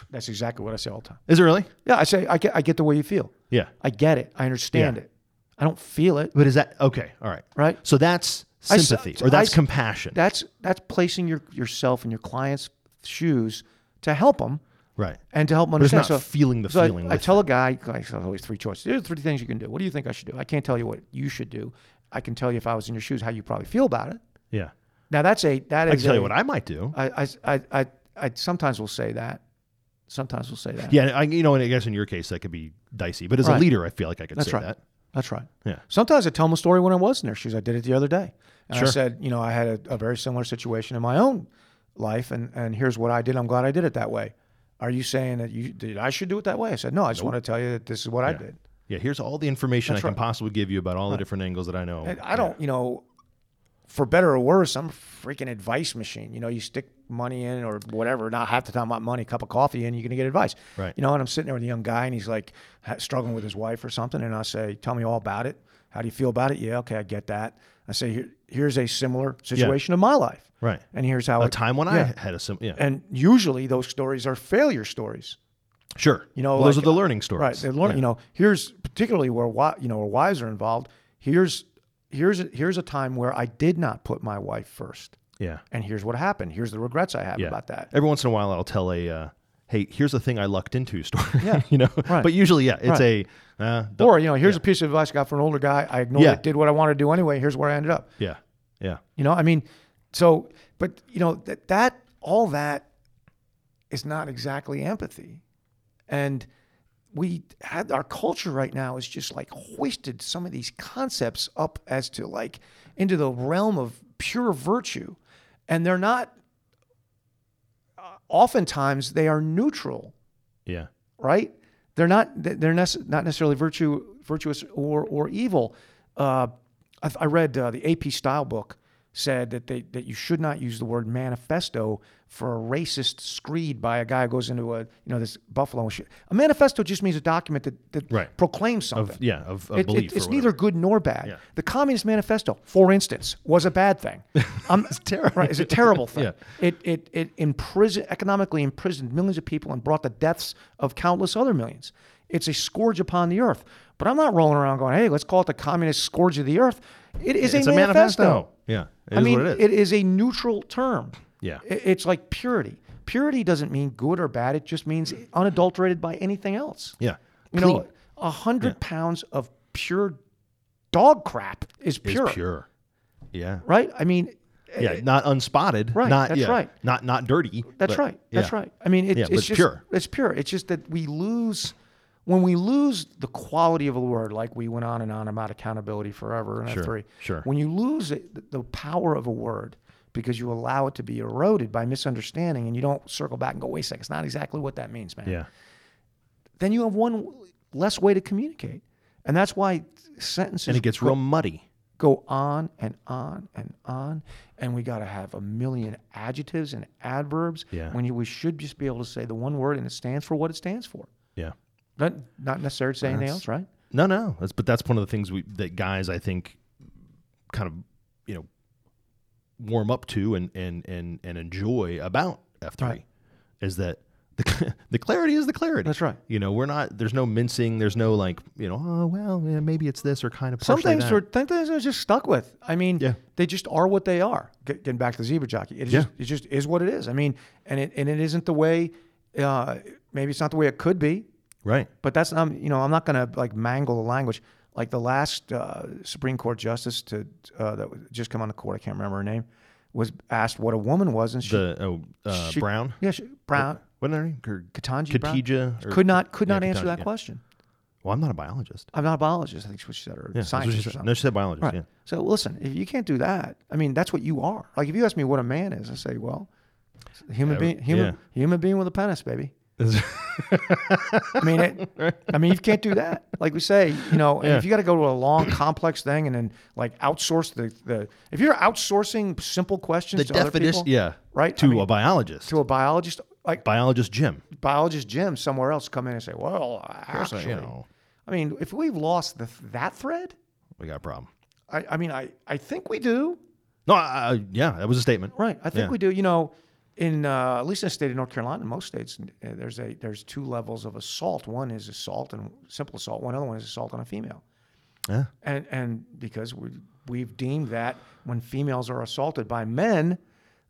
E: that's exactly what I say all the time.
D: Is it really?
E: Yeah, I say I get I get the way you feel.
D: Yeah.
E: I get it. I understand
D: Yeah.
E: it. I don't feel it.
D: But is that okay? All right.
E: Right.
D: So that's
E: I s-
D: sympathy,
E: I
D: or that's
E: s-
D: compassion.
E: That's that's placing your yourself in your client's shoes to help them
D: right.
E: and to help them
D: But it's
E: understand.
D: not feeling the
E: so I-
D: feeling
E: I,
D: with
E: tell a guy, like, there's always three choices. There's three things you can do. What do you think I should do? I can't tell you what you should do. I can tell you if I was in your shoes how you probably feel about it.
D: Yeah.
E: Now that's a that is
D: I can tell
E: a-
D: you what I might do.
E: I I I I, I sometimes will say that. Sometimes we'll say that.
D: yeah, I, you know, and I guess in your case that could be dicey. But as a
E: Right.
D: leader, I feel like I could
E: That's
D: say
E: right.
D: that.
E: That's right.
D: Yeah.
E: Sometimes I tell them a story when I was in their shoes. I did it the other day. And
D: Sure.
E: I said, you know, I had a, a very similar situation in my own life, and, and here's what I did. I'm glad I did it that way. Are you saying that you did I should do it that way? I said, no, I just want to tell you that this is what I did.
D: Yeah. Here's all the information I
E: That's
D: can
E: right.
D: possibly give you about all the different angles that I know.
E: And I don't, you know, for better or worse, I'm a freaking advice machine. You know, you stick money in or whatever, not half the time, not money, cup of coffee, and you're going to get advice.
D: Right.
E: You know, and I'm sitting there with a young guy and he's like ha- struggling with his wife or something. And I say, Tell me all about it. How do you feel about it? Yeah, okay, I get that. I say, Here, Here's a similar situation in my life.
D: Right.
E: And here's how
D: A
E: it-
D: time when
E: Yeah.
D: I had a sim. Yeah.
E: And usually those stories are failure stories.
D: Sure.
E: You know,
D: Well, those are
E: like,
D: the learning
E: uh,
D: stories.
E: Right. They're learning. You know, here's particularly where wi- you know where wives are involved. Here's here's a, here's a time where I did not put my wife first,
D: Yeah.
E: and here's what happened. Here's the regrets I have
D: Yeah.
E: about that.
D: Every once in a while, I'll tell a, uh, hey, here's a thing I lucked into story.
E: Yeah.
D: you know,
E: Right.
D: but usually, yeah, it's
E: Right.
D: a, uh, don't-
E: Or you know, here's a piece of advice I got from an older guy. I ignored
D: Yeah.
E: it, did what I wanted to do anyway. Here's where I ended up.
D: yeah, yeah,
E: You know, I mean, so but you know that that all that is not exactly empathy, and we had our culture right now is just like hoisted some of these concepts up as to like into the realm of pure virtue, and they're not. uh, Oftentimes, they are neutral
D: yeah,
E: right? They're not th- they're nece- not necessarily virtue virtuous or or evil. Uh, I, I read uh, the AP Style book said that they that you should not use the word manifesto for a racist screed by a guy who goes into a you know this Buffalo and shit. A manifesto just means a document that, that
D: Right.
E: proclaims something.
D: yeah, of, of
E: It- it-
D: belief. or
E: it's
D: whatever.
E: neither good nor bad.
D: Yeah.
E: The Communist Manifesto, for instance, was a bad thing. Um, it's
D: terrible.
E: Right, it's a terrible thing.
D: Yeah.
E: It it it imprisoned economically imprisoned millions of people and brought the deaths of countless other millions. It's a scourge upon the earth. But I'm not rolling around going, "Hey, let's call it the communist scourge of the earth." It is
D: It's
E: a,
D: a
E: manifesto.
D: manifesto. Yeah, it
E: I
D: is
E: mean,
D: what it is.
E: it is a neutral term.
D: Yeah.
E: I- it's like purity. Purity doesn't mean good or bad. It just means unadulterated by anything else.
D: yeah,
E: You know,
D: Clean
E: a hundred pounds of pure dog crap is
D: is
E: pure,
D: pure. Yeah,
E: right? I mean,
D: yeah, not unspotted.
E: Right,
D: Not,
E: that's
D: yeah,
E: right.
D: Not not dirty.
E: that's
D: but-
E: right. That's
D: yeah.
E: right. I mean, it,
D: Yeah,
E: it's
D: but it's
E: just,
D: pure.
E: It's pure. It's just that we lose when we lose the quality of a word, like we went on and on about accountability forever and
D: Sure,
E: three.
D: sure.
E: When you lose it, the power of a word because you allow it to be eroded by misunderstanding and you don't circle back and go, wait a second, it's not exactly what that means, man.
D: Yeah,
E: Then you have one less way to communicate. And that's why sentences
D: and it gets real muddy.
E: go on and on and on and we got to have a million adjectives and adverbs
D: Yeah.
E: when you, we should just be able to say the one word and it stands for what it stands for
D: Yeah.
E: not, not necessarily to say anything else right
D: No, no. That's but that's one of the things we that guys I think kind of you know warm up to and and and and enjoy about F three
E: Right.
D: is that the the clarity is the clarity.
E: That's right.
D: You know, we're not. There's no mincing. There's no like you know. Oh well, yeah, maybe it's this or kind of.
E: some
D: partially
E: things
D: that."
E: are some things are just stuck with i mean
D: Yeah.
E: they just are what they are Get- getting back to the zebra jockey it, just, it just is what it is i mean and it, and it isn't the way uh, maybe it's not the way it could be
D: right.
E: But that's I'm you know I'm not gonna like mangle the language. Like the last uh, Supreme Court justice to uh, that was just come on the court, I can't remember her name, was asked what a woman was, and she,
D: The oh, uh,
E: she-
D: Brown.
E: yeah, she, Brown,
D: What her name? Her-
E: Katanji Brown,
D: Katija or-
E: could not could
D: yeah,
E: not answer
D: Ketanji,
E: that
D: yeah.
E: question.
D: Well, I'm not a biologist.
E: I'm not a biologist. I think she said, or
D: Yeah, that's what
E: scientist
D: she
E: or
D: said.
E: something.
D: No, she said biologist.
E: Right.
D: Yeah.
E: So listen, if you can't do that, I mean, that's what you are. Like if you ask me what a man is, I say, well, it's a human
D: Yeah,
E: being, human,
D: yeah.
E: human being with a penis, baby. I mean, it, I mean, you can't do that. Like we say, you know, and if you got to go to a long, complex thing and then like outsource the, the if you're outsourcing simple questions
D: The
E: to
D: definition,
E: other people,
D: yeah,
E: right? I
D: to a
E: mean,
D: biologist,
E: to a biologist, like
D: biologist Jim.
E: biologist Jim somewhere else, come in and say, well,
D: course I
E: actually,
D: know.
E: I mean, if we've lost the, that thread,
D: We got a problem.
E: I, I mean, I, I think we do.
D: No, I, I, yeah, that was a statement.
E: Right. I think
D: Yeah.
E: we do. You know, in uh, at least in the state of North Carolina, in most states, uh, there's a there's two levels of assault. One is assault and simple assault. One other one is assault on a female.
D: Yeah.
E: And and because we we've deemed that when females are assaulted by men,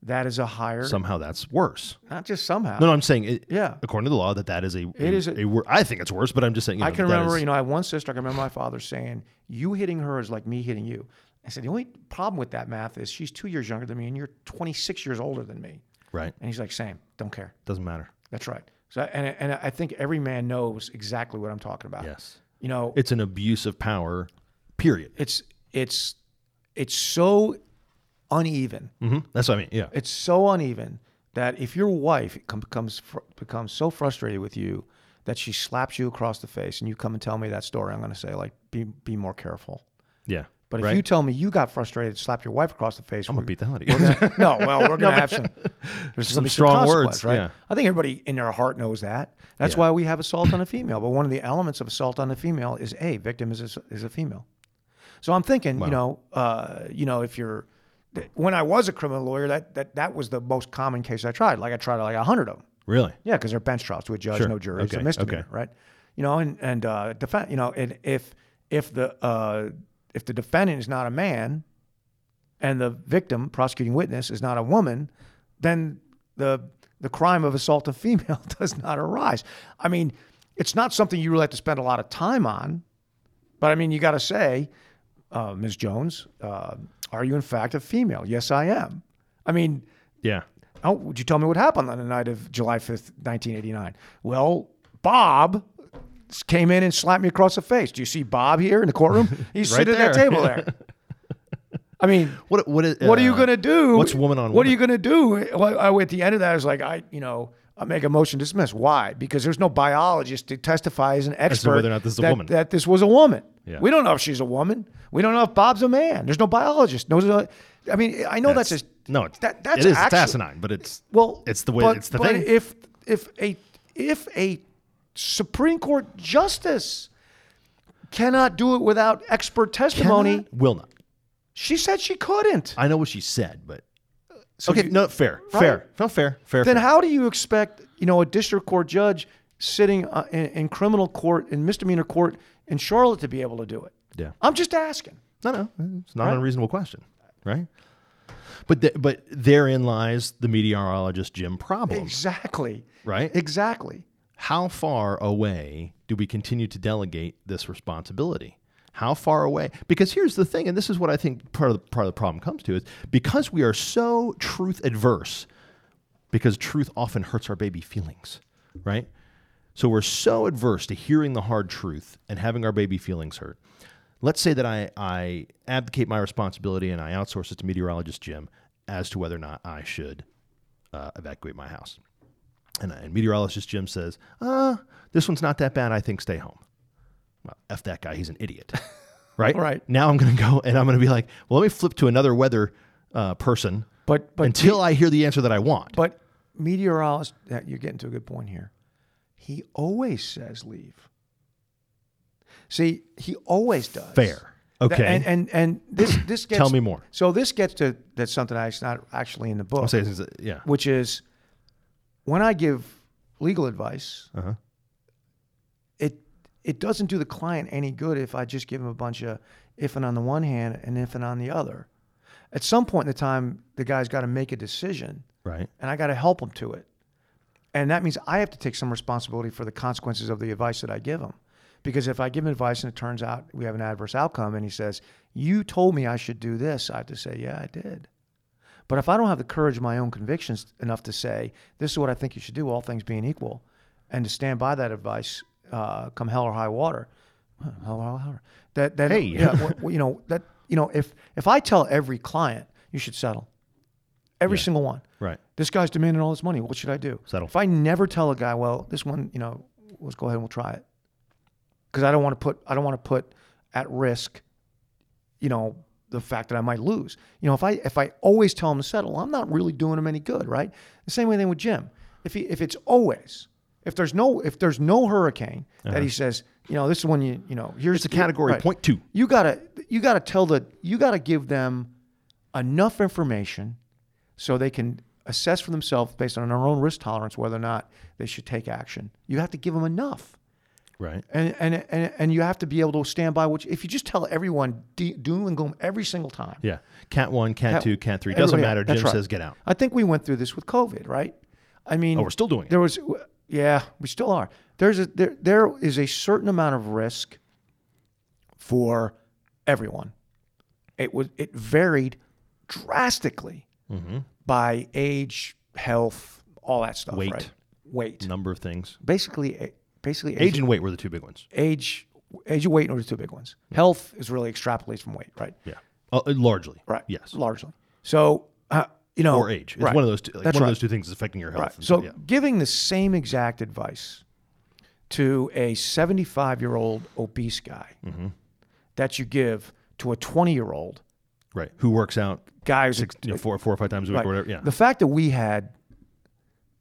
E: that is a higher
D: Somehow that's worse.
E: not just somehow.
D: No, no, I'm saying it,
E: Yeah.
D: According to the law, that that is a. It
E: is a-
D: a, wor- I think it's worse, but I'm just saying. You know,
E: I can
D: that
E: remember,
D: is-
E: you know, I had one sister. I can remember my father saying, "You hitting her is like me hitting you." I said, "The only problem with that math is she's two years younger than me, and you're 26 years older than me."
D: Right.
E: And he's like, "Same. Don't care."
D: Doesn't matter.
E: That's right. So, and and I think every man knows exactly what I'm talking about.
D: Yes.
E: You know,
D: It's an abuse of power. Period.
E: it's it's it's so uneven.
D: hmm That's what I mean. Yeah.
E: It's so uneven that if your wife com- becomes fr- becomes so frustrated with you that she slaps you across the face, and you come and tell me that story, I'm going to say like, be be more careful.
D: Yeah.
E: But if
D: right?
E: you tell me you got frustrated, slapped your wife across the face,
D: I'm
E: we-
D: gonna beat the hell out of you.
E: no, well, we're going to have some, there's
D: Some
E: gonna be
D: strong words,
E: consequence, right?
D: yeah.
E: I think everybody in their heart knows that. That's why we have assault on a female. But one of the elements of assault on a female is a victim is a, is a female. So I'm thinking, you know, uh, you know, if you're, th- when I was a criminal lawyer, that that that was the most common case I tried. Like I tried like a hundred of them.
D: really?
E: Yeah, because they're bench trials to a judge, no jury. It's a
D: Okay,
E: misdemeanor,
D: okay.
E: right? You know, and and uh, defend, you know, and if if the uh, if the defendant is not a man, and the victim, prosecuting witness, is not a woman, then the the crime of assault of female does not arise. I mean, it's not something you really have to spend a lot of time on, but I mean, you got to say, uh, Ms. Jones, uh, are you in fact a female? Yes, I am. I mean.
D: Yeah.
E: Oh, would you tell me what happened on the night of July 5th, 1989? Well, Bob came in and slapped me across the face. Do you see Bob here in the courtroom? He's
D: Right
E: sitting at that
D: there.
E: table there. I mean,
D: What? What? Is,
E: what are you
D: uh,
E: going to do?
D: What's woman on?
E: What
D: woman?
E: are you going to do? Well, I, at the end of that, I was like, I, you know, I make a motion to dismiss. Why? Because there's no biologist to testify as an expert
D: whether or not this is a
E: that,
D: woman.
E: That this was a woman.
D: Yeah.
E: We don't know if she's a woman. We don't know if Bob's a man. There's no biologist. No, no- I mean, I know that's,
D: That's-
E: just
D: no. It's,
E: that- that's
D: it is.
E: actually-
D: it's asinine, but it's
E: well,
D: it's the way.
E: but-
D: it's the
E: but
D: thing.
E: If if a if a Supreme Court justice cannot do it without expert testimony,
D: Cannot- will not.
E: she said she couldn't.
D: I know what she said, but
E: So
D: okay.
E: you-
D: no, fair, fair, no, fair, fair.
E: then
D: fair.
E: how do you expect you know a district court judge sitting uh, in, in criminal court in misdemeanor court in Charlotte to be able to do it?
D: Yeah.
E: I'm just asking.
D: No, no, it's not an unreasonable question, right? But th- but therein lies the meteorologist Jim problem.
E: Exactly.
D: Right.
E: Exactly.
D: How far away do we continue to delegate this responsibility? How far away? Because here's the thing, and this is what I think part of the, part of the problem comes to is because we are so truth adverse, because truth often hurts our baby feelings, right? So we're so adverse to hearing the hard truth and having our baby feelings hurt. Let's say that I, I abdicate my responsibility and I outsource it to meteorologist Jim as to whether or not I should uh, evacuate my house. And, and meteorologist Jim says, uh, this one's not that bad. I think stay home. Well, F that guy. He's an idiot. right?
E: Right.
D: Now I'm going to go and I'm going to be like, well, let me flip to another weather uh, person
E: But but
D: until I hear the answer that I want.
E: but meteorologist, yeah, you're getting to a good point here. He always says leave. See, he always does.
D: fair. Okay.
E: Th- And and and this this gets
D: Tell me more.
E: So this gets to that's something that's not actually in the book.
D: I'm saying,
F: uh,
D: is it- yeah.
E: which is when I give legal advice,
D: Uh-huh.
E: it it doesn't do the client any good if I just give him a bunch of if and on the one hand and if and on the other. At some point in the time, the guy's got to make a decision,
D: Right.
E: and I got to help him to it. And that means I have to take some responsibility for the consequences of the advice that I give him. Because if I give him advice and it turns out we have an adverse outcome and he says, You told me I should do this, I have to say, Yeah, I did. But if I don't have the courage of my own convictions enough to say, This is what I think you should do, all things being equal, and to stand by that advice, uh, come hell or high water, Hello, hello. That that
F: Hey.
E: yeah, well, well, you know that you know if if I tell every client you should settle, every single one.
F: Right.
E: This guy's demanding all this money. What should I do?
F: Settle.
E: If I never tell a guy, well, this one, you know, let's go ahead and we'll try it, because I don't want to put I don't want to put at risk, you know, the fact that I might lose. You know, if I if I always tell him to settle, I'm not really doing him any good, right? The same way thing with Jim. If he if it's always if there's no if there's no hurricane that he says, you know, this is when you you know here's
F: Uh-huh. It's a category point two.
E: You gotta you gotta tell the you gotta give them enough information so they can assess for themselves based on their own risk tolerance whether or not they should take action. You have to give them enough.
F: Right.
E: And, and, and, and you have to be able to stand by which, if you just tell everyone de- doom and gloom every single time.
F: Yeah. Cat one, cat, two, cat three. Doesn't
E: everybody-
F: matter.
E: that's
F: Jim
E: right.
F: says get out.
E: I think we went through this with COVID, right? I mean,
F: Oh, we're still doing it.
E: There was, yeah, we still are. There's a, there, there is a certain amount of risk for everyone. It was, it varied drastically
F: Mm-hmm.
E: by age, health, all that stuff.
F: Weight.
E: right? weight.
F: Number of things.
E: Basically, basically,
F: Age and weight were the two big ones.
E: age, age and weight are the two big ones. Health is really extrapolates from weight, right?
F: Yeah. Uh, largely.
E: Right.
F: Yes.
E: Largely. So, uh, you know,
F: Or age. It's
E: right.
F: one of those two. Like,
E: That's
F: one
E: right.
F: of those two things is affecting your health.
E: Right.
F: And
E: So,
F: yeah.
E: giving the same exact advice to a 75 year old obese guy
F: Mm-hmm.
E: that you give to a 20 year old
F: Right. Who works out?
E: guy who's
F: Six, you know, four, four or five times a week,
E: right.
F: or whatever. Yeah.
E: The fact that we had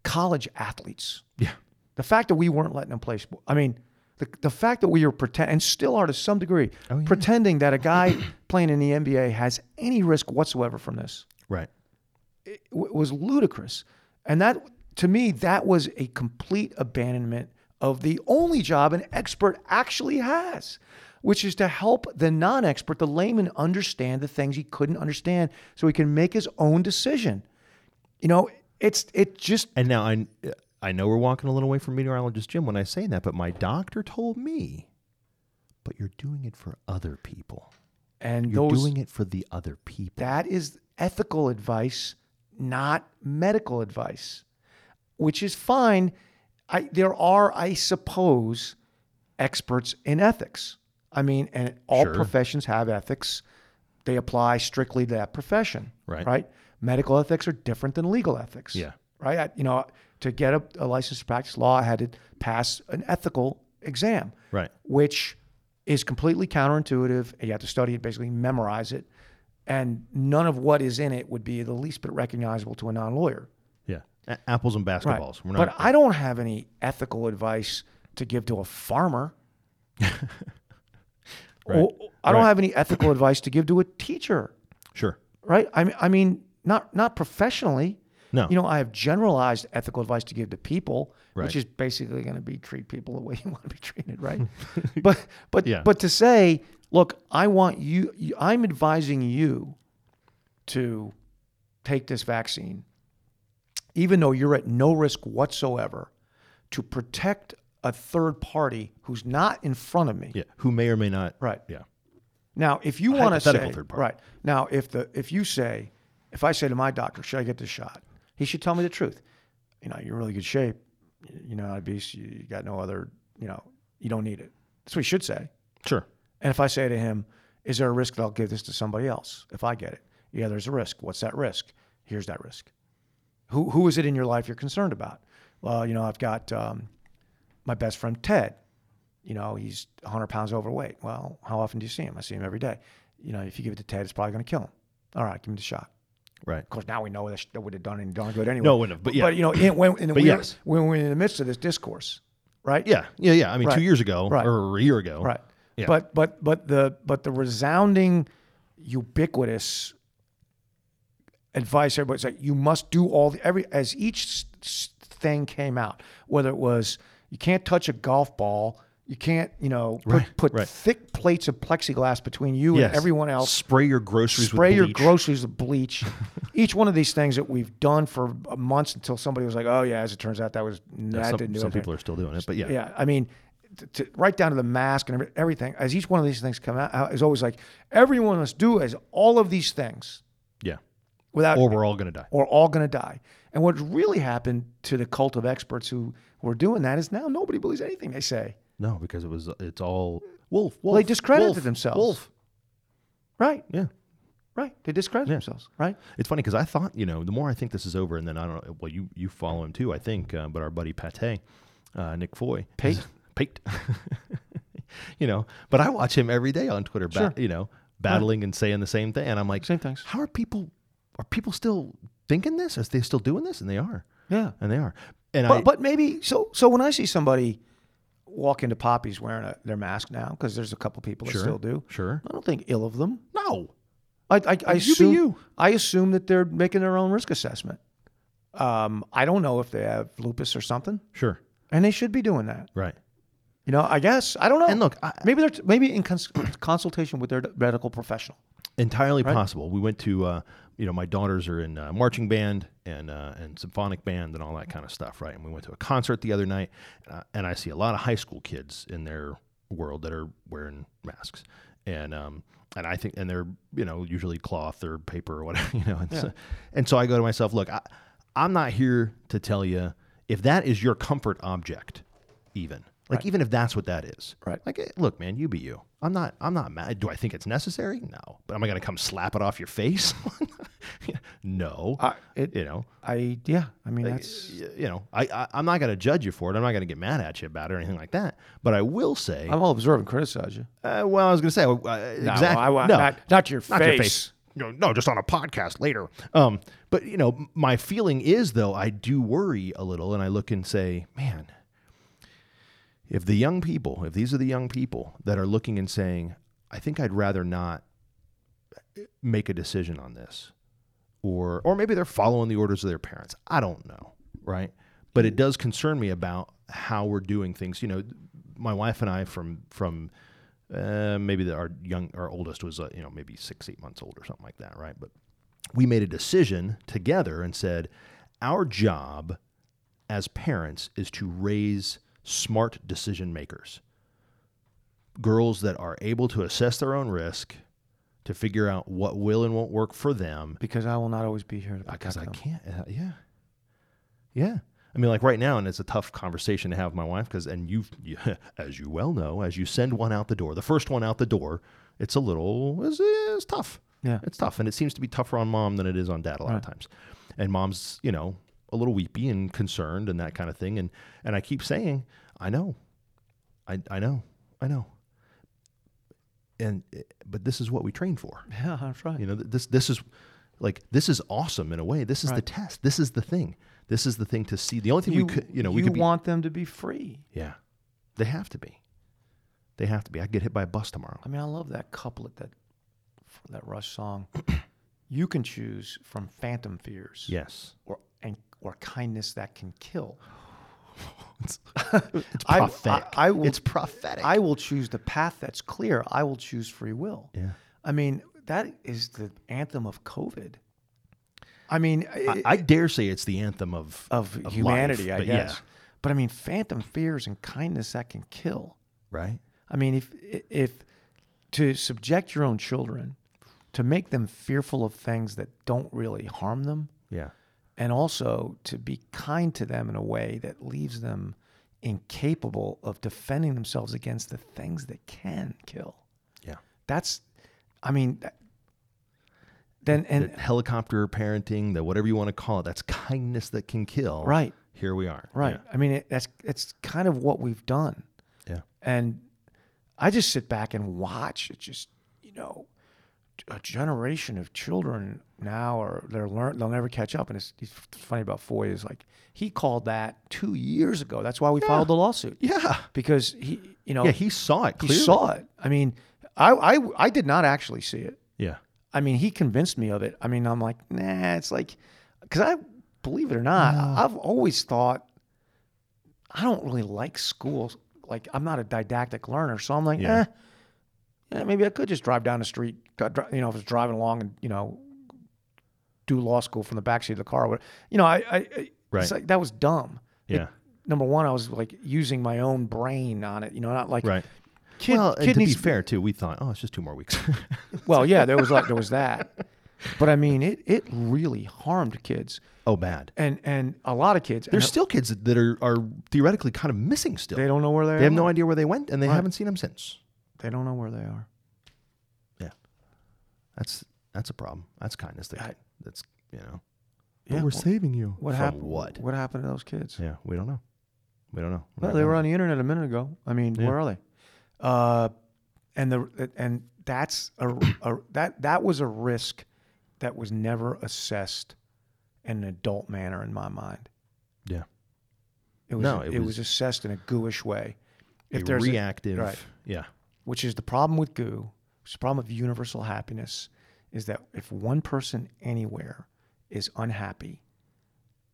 E: college athletes,
F: yeah.
E: the fact that we weren't letting them play sport, I mean, the, the fact that we are pretend and still are to some degree
F: Oh,
E: pretending that a guy playing in the NBA has any risk whatsoever from this.
F: Right.
E: w- was ludicrous. And that, to me, that was a complete abandonment of the only job an expert actually has, which is to help the non expert, the layman, understand the things he couldn't understand so he can make his own decision. You know, it's it just
F: And now I, I know we're walking a little away from meteorologist Jim when I say that, but my doctor told me, but you're doing it for other people.
E: and
F: You're
E: those
F: doing it for the other people.
E: that is ethical advice, not medical advice, which is fine. I, there are, I suppose, experts in ethics. I mean, and all
F: Sure.
E: professions have ethics. They apply strictly to that profession,
F: Right.
E: Right. Medical ethics are different than legal ethics.
F: Yeah.
E: Right. I, you know, to get a, a license to practice law, I had to pass an ethical exam
F: Right.
E: which is completely counterintuitive. You have to study it, basically memorize it, and none of what is in it would be the least bit recognizable to a non-lawyer.
F: Yeah. A- apples and basketballs. We're not.
E: But I don't have any ethical advice to give to a farmer. Or- I don't
F: Right.
E: have any ethical advice to give to a teacher,
F: sure.
E: right? I mean, I mean, not not professionally.
F: No.
E: You know, I have generalized ethical advice to give to people,
F: Right.
E: which is basically going to be treat people the way you want to be treated, right? but but
F: Yeah.
E: but to say, look, I want you, you I'm advising you to take this vaccine even though you're at no risk whatsoever to protect a third party who's not in front of me.
F: Yeah. Who may or may not.
E: Right.
F: Yeah.
E: Now, if you want to
F: hypothetical
E: say
F: third party.
E: right now, if the if you say, if I say to my doctor, should I get this shot? He should tell me the truth. You know, you're in really good shape. You know, obese. You you got no other. You know, you don't need it. That's what he should say.
F: Sure.
E: And if I say to him, is there a risk that I'll give this to somebody else if I get it? Yeah, there's a risk. What's that risk? Here's that risk. Who, who is it in your life you're concerned about? Well, you know, I've got um, my best friend Ted. You know, he's 100 pounds overweight. Well, how often do you see him? I see him every day. You know, if you give it to Ted, it's probably going to kill him. All right, give him the shot.
F: Right.
E: Of course, now we know that, sh- that would have done any darn good anyway.
F: No, it wouldn't have, but yeah.
E: But you know, in, when, in the,
F: But
E: we-
F: yes.
E: when we're in the midst of this discourse, right?
F: Yeah. Yeah. Yeah. I mean,
E: Right.
F: two years ago
E: Right.
F: or a year ago.
E: Right.
F: Yeah.
E: But but but the but the resounding, ubiquitous advice everybody's like you must do all the every as each s- s- thing came out whether it was you can't touch a golf ball you can't you know put, put
F: right.
E: thick plates of plexiglass between you
F: Yes.
E: and everyone else
F: Spray your groceries.
E: spray
F: with
E: your
F: bleach.
E: groceries with bleach. Each one of these things that we've done for months until somebody was like, "Oh yeah," as it turns out, that was that
F: Some,
E: didn't do
F: some
E: anything."
F: people are still doing it, but yeah.
E: yeah. I mean, t to, right down to the mask and every- everything. As each one of these things come out, uh, is always like everyone must do as all of these things
F: Yeah.
E: without
F: Or we're all gonna die.
E: or all going to die. And what's really happened to the cult of experts who were doing that is now nobody believes anything they say.
F: No, because it was. It's all
D: Wolf, wolf.
E: they discredited
D: wolf,
E: themselves.
D: Wolf.
E: Right,
D: Yeah.
E: right. They discredit
D: Yeah.
E: themselves. Right.
D: It's funny because I thought, you know, the more I think this is over, and then I don't know. Well, you you follow him too, I think. Uh, but our buddy Pate, uh, Nick Foy,
E: Pate?
D: Pate, you know. But I watch him every day on Twitter, ba-
E: Sure.
D: you know, battling and saying the same thing, and I'm like,
E: Same things.
D: How are people? Are people still thinking this? Are they still doing this? And they are,
E: Yeah.
D: and they are, and
E: But,
D: I.
E: but maybe so. So when I see somebody walk into Poppy's wearing a, their mask now, because there's a couple people that
D: Sure.
E: still do.
D: Sure.
E: I don't think ill of them.
D: no,
E: I, I, I
D: You be
E: assume
D: you.
E: I assume that they're making their own risk assessment. Um, I don't know if they have lupus or something,
D: sure,
E: and they should be doing that.
D: right.
E: You know, I guess I don't know.
D: And look, I-
E: maybe they're maybe in cons- consultation with their medical professional.
D: entirely possible. We went to uh, you know my daughters are in uh, marching band and uh, and symphonic band and all that kind of stuff, right? And we went to a concert the other night, uh, and I see a lot of high school kids in their world that are wearing masks, and um, and I think and they're you know usually cloth or paper or whatever, you know. And, so, and so I go to myself, look, I, I'm not here to tell you if that is your comfort object, even. Like even if that's what that is,
E: Right.
D: like, eh, look, man, you be you. I'm not. I'm not mad. Do I think it's necessary? No. But am I going to come slap it off your face? no.
E: I- it-
D: you know.
E: I yeah. I mean that's
D: y- You know. I, I. I'm not going to judge you for it. I'm not going to get mad at you about it or anything like that. But I will say.
E: I'm all observe and criticize you.
D: Uh, well, I was going to say uh, exactly.
E: I wa- not- not your face.
D: No, no, just on a podcast later. Um, but you know, m- my feeling is though I do worry a little, and I look and say, man, if the young people, if these are the young people that are looking and saying, I think I'd rather not eh, make a decision on this, or or maybe they're following the orders of their parents. I don't know, right? But it does concern me about how we're doing things. You know, my wife and I from from uh, maybe the, our young our oldest was uh, you know maybe six eight months old or something like that, right? But we made a decision together and said our job as parents is to raise smart decision makers girls that are able to assess their own risk to figure out what will and won't work for them
E: Because I will not always be here. To
D: because I
E: protect them.
D: can't. Uh, yeah, yeah. I mean, like right now, and it's a tough conversation to have with my wife because, and you've, you, as you well know, as you send one out the door, the first one out the door, it's a little, it's, it's tough.
E: Yeah.
D: it's tough, and it seems to be tougher on mom than it is on dad a lot of times. And mom's, you know, a little weepy and concerned and that kind of thing. And and I keep saying, I know, I I know, I know. And eh, but this is what we train for.
E: Yeah, that's right.
D: You know, th- this this is like this is awesome in a way. This is the test. This is the thing. This is the thing to see. The only thing
E: you,
D: we could, you know, we
E: you
D: could be,
E: want them to be free.
D: Yeah, they have to be. They have to be. I could get hit by a bus tomorrow.
E: I mean, I love that couplet that from that Rush song. you can choose from phantom fears,
D: Yes,
E: or and or kindness that can kill.
D: it's
E: I- I-
D: prophetic.
E: I will-
D: it's prophetic.
E: I will choose the path that's clear. I will choose free will.
D: Yeah.
E: I mean, that is the anthem of COVID. I mean,
D: I,
E: it-
D: I dare say it's the anthem of
E: of
D: life,
E: humanity, I
D: but yeah,
E: guess. But I mean, phantom fears and kindness that can kill.
D: right.
E: I mean, if if to subject your own children, to make them fearful of things that don't really harm them,
D: Yeah,
E: and also to be kind to them in a way that leaves them incapable of defending themselves against the things that can kill.
D: yeah.
E: That's, I mean, that, then and
D: the helicopter parenting, the whatever you want to call it, that's kindness that can kill.
E: Right.
D: Here we are.
E: right. I mean, it, that's it's kind of what we've done.
D: Yeah. yeah.
E: And I just sit back and watch. It's just, you know, a generation of children now are they're learn they'll never catch up. And it's, it's funny about Foy is like he called that two years ago. That's why we filed the lawsuit.
D: Yeah.
E: because he, you know,
D: Yeah, he saw it
E: he
D: clearly.
E: saw it. I mean, I, I I did not actually see it.
D: Yeah.
E: I mean, he convinced me of it. I mean, I'm like, nah, it's like, because I believe it or not, I I've always thought I don't really like school. Like, I'm not a didactic learner, so I'm like,
D: Yeah.
E: eh, yeah, maybe I could just drive down the street. go- dri- You know, if I was driving along and you know, do law school from the backseat of the car. Or whatever. You know, I, I I-
D: Right.
E: it's like that was dumb. It-
D: Yeah.
E: number one, I was like using my own brain on it. You know, not like
D: Right.
E: Kid,
D: well, and
E: kid
D: to be
E: needs-
D: fair too, we thought, oh, it's just two more weeks.
E: Well, yeah, there was like there was that, but I mean, it it really harmed kids
D: oh, bad.
E: and and a lot of kids.
D: There's
E: and
D: still kids that are, are theoretically kind of missing still.
E: they don't know where they are.
D: They have no idea where they went, and they haven't seen them since.
E: They don't know where they are.
F: Yeah, that's that's a problem. That's kindness. That,
E: I-
F: that's you know.
E: Yeah, wh-
F: saving you.
E: What
F: From
E: happened?
F: What?
E: What happened to those kids?
F: Yeah, we don't know. We don't know. We're
E: No,
F: not
E: they were
F: gonna-
E: on the internet a minute ago. I mean,
F: Yeah.
E: where are they? Uh, and the and that's a, a that that was a risk that was never assessed in an adult manner in my mind.
F: Yeah,
E: It was
F: No,
E: it,
F: it was-
E: was, assessed in a gooish way. If
F: A
E: there's a-
F: reactive.
E: right.
F: Yeah,
E: which is the problem with goo, which is the problem of universal happiness, is that if one person anywhere is unhappy,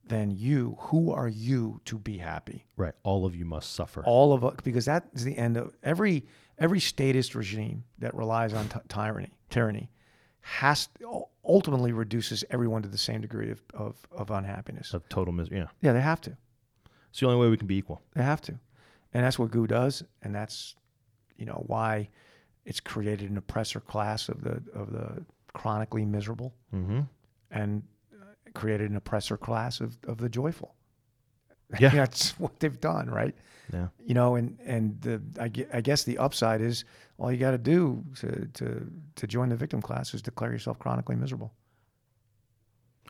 E: then you, who are you to be happy?
F: right. All of you must suffer.
E: all of us because that is the end of every every statist regime that relies on ty- tyranny tyranny has ultimately reduces everyone to the same degree of, of, of unhappiness
F: of total misery. Yeah,
E: yeah they have to
F: it's the only way we can be equal.
E: they have to and that's what goo does and that's you know why it's created an oppressor class of the of the chronically miserable
F: Mm-hmm.
E: and uh, created an oppressor class of, of the joyful
F: Yeah.
E: that's what they've done right
F: Yeah.
E: you know, and and the I, gue- I guess the upside is all you got to do to to to join the victim class is declare yourself chronically miserable.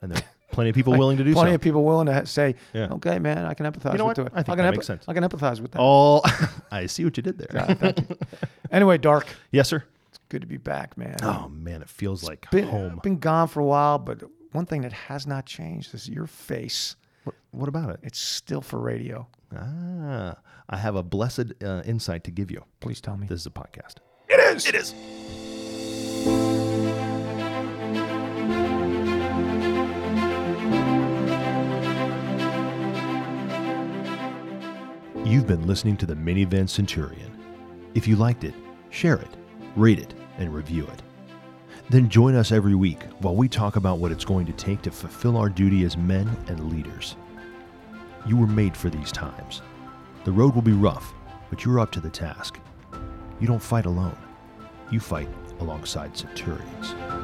F: And there are plenty of people willing to do
E: Plenty
F: so.
E: of people willing to ha- say,
F: Yeah,
E: "Okay, man, I can empathize
F: You know
E: with
F: what?
E: it.
F: I think
E: can
F: that makes sense.
E: I can empathize with that."
F: All. I see what you did there.
E: Anyway, Dark,
F: yes, sir.
E: it's good to be back, man.
F: Oh man, it feels like
E: been,
F: home.
E: been gone for a while, but one thing that has not changed is your face.
F: What, what about it?
E: It's still for radio.
F: Ah, I have a blessed uh, insight to give you.
E: Please tell me.
F: This is a podcast.
D: You've been listening to the Minivan Centurion. If you liked it, share it, rate it, and review it. Then join us every week while we talk about what it's going to take to fulfill our duty as men and leaders. You were made for these times. The road will be rough, but you're up to the task. You don't fight alone, you fight alongside centurions.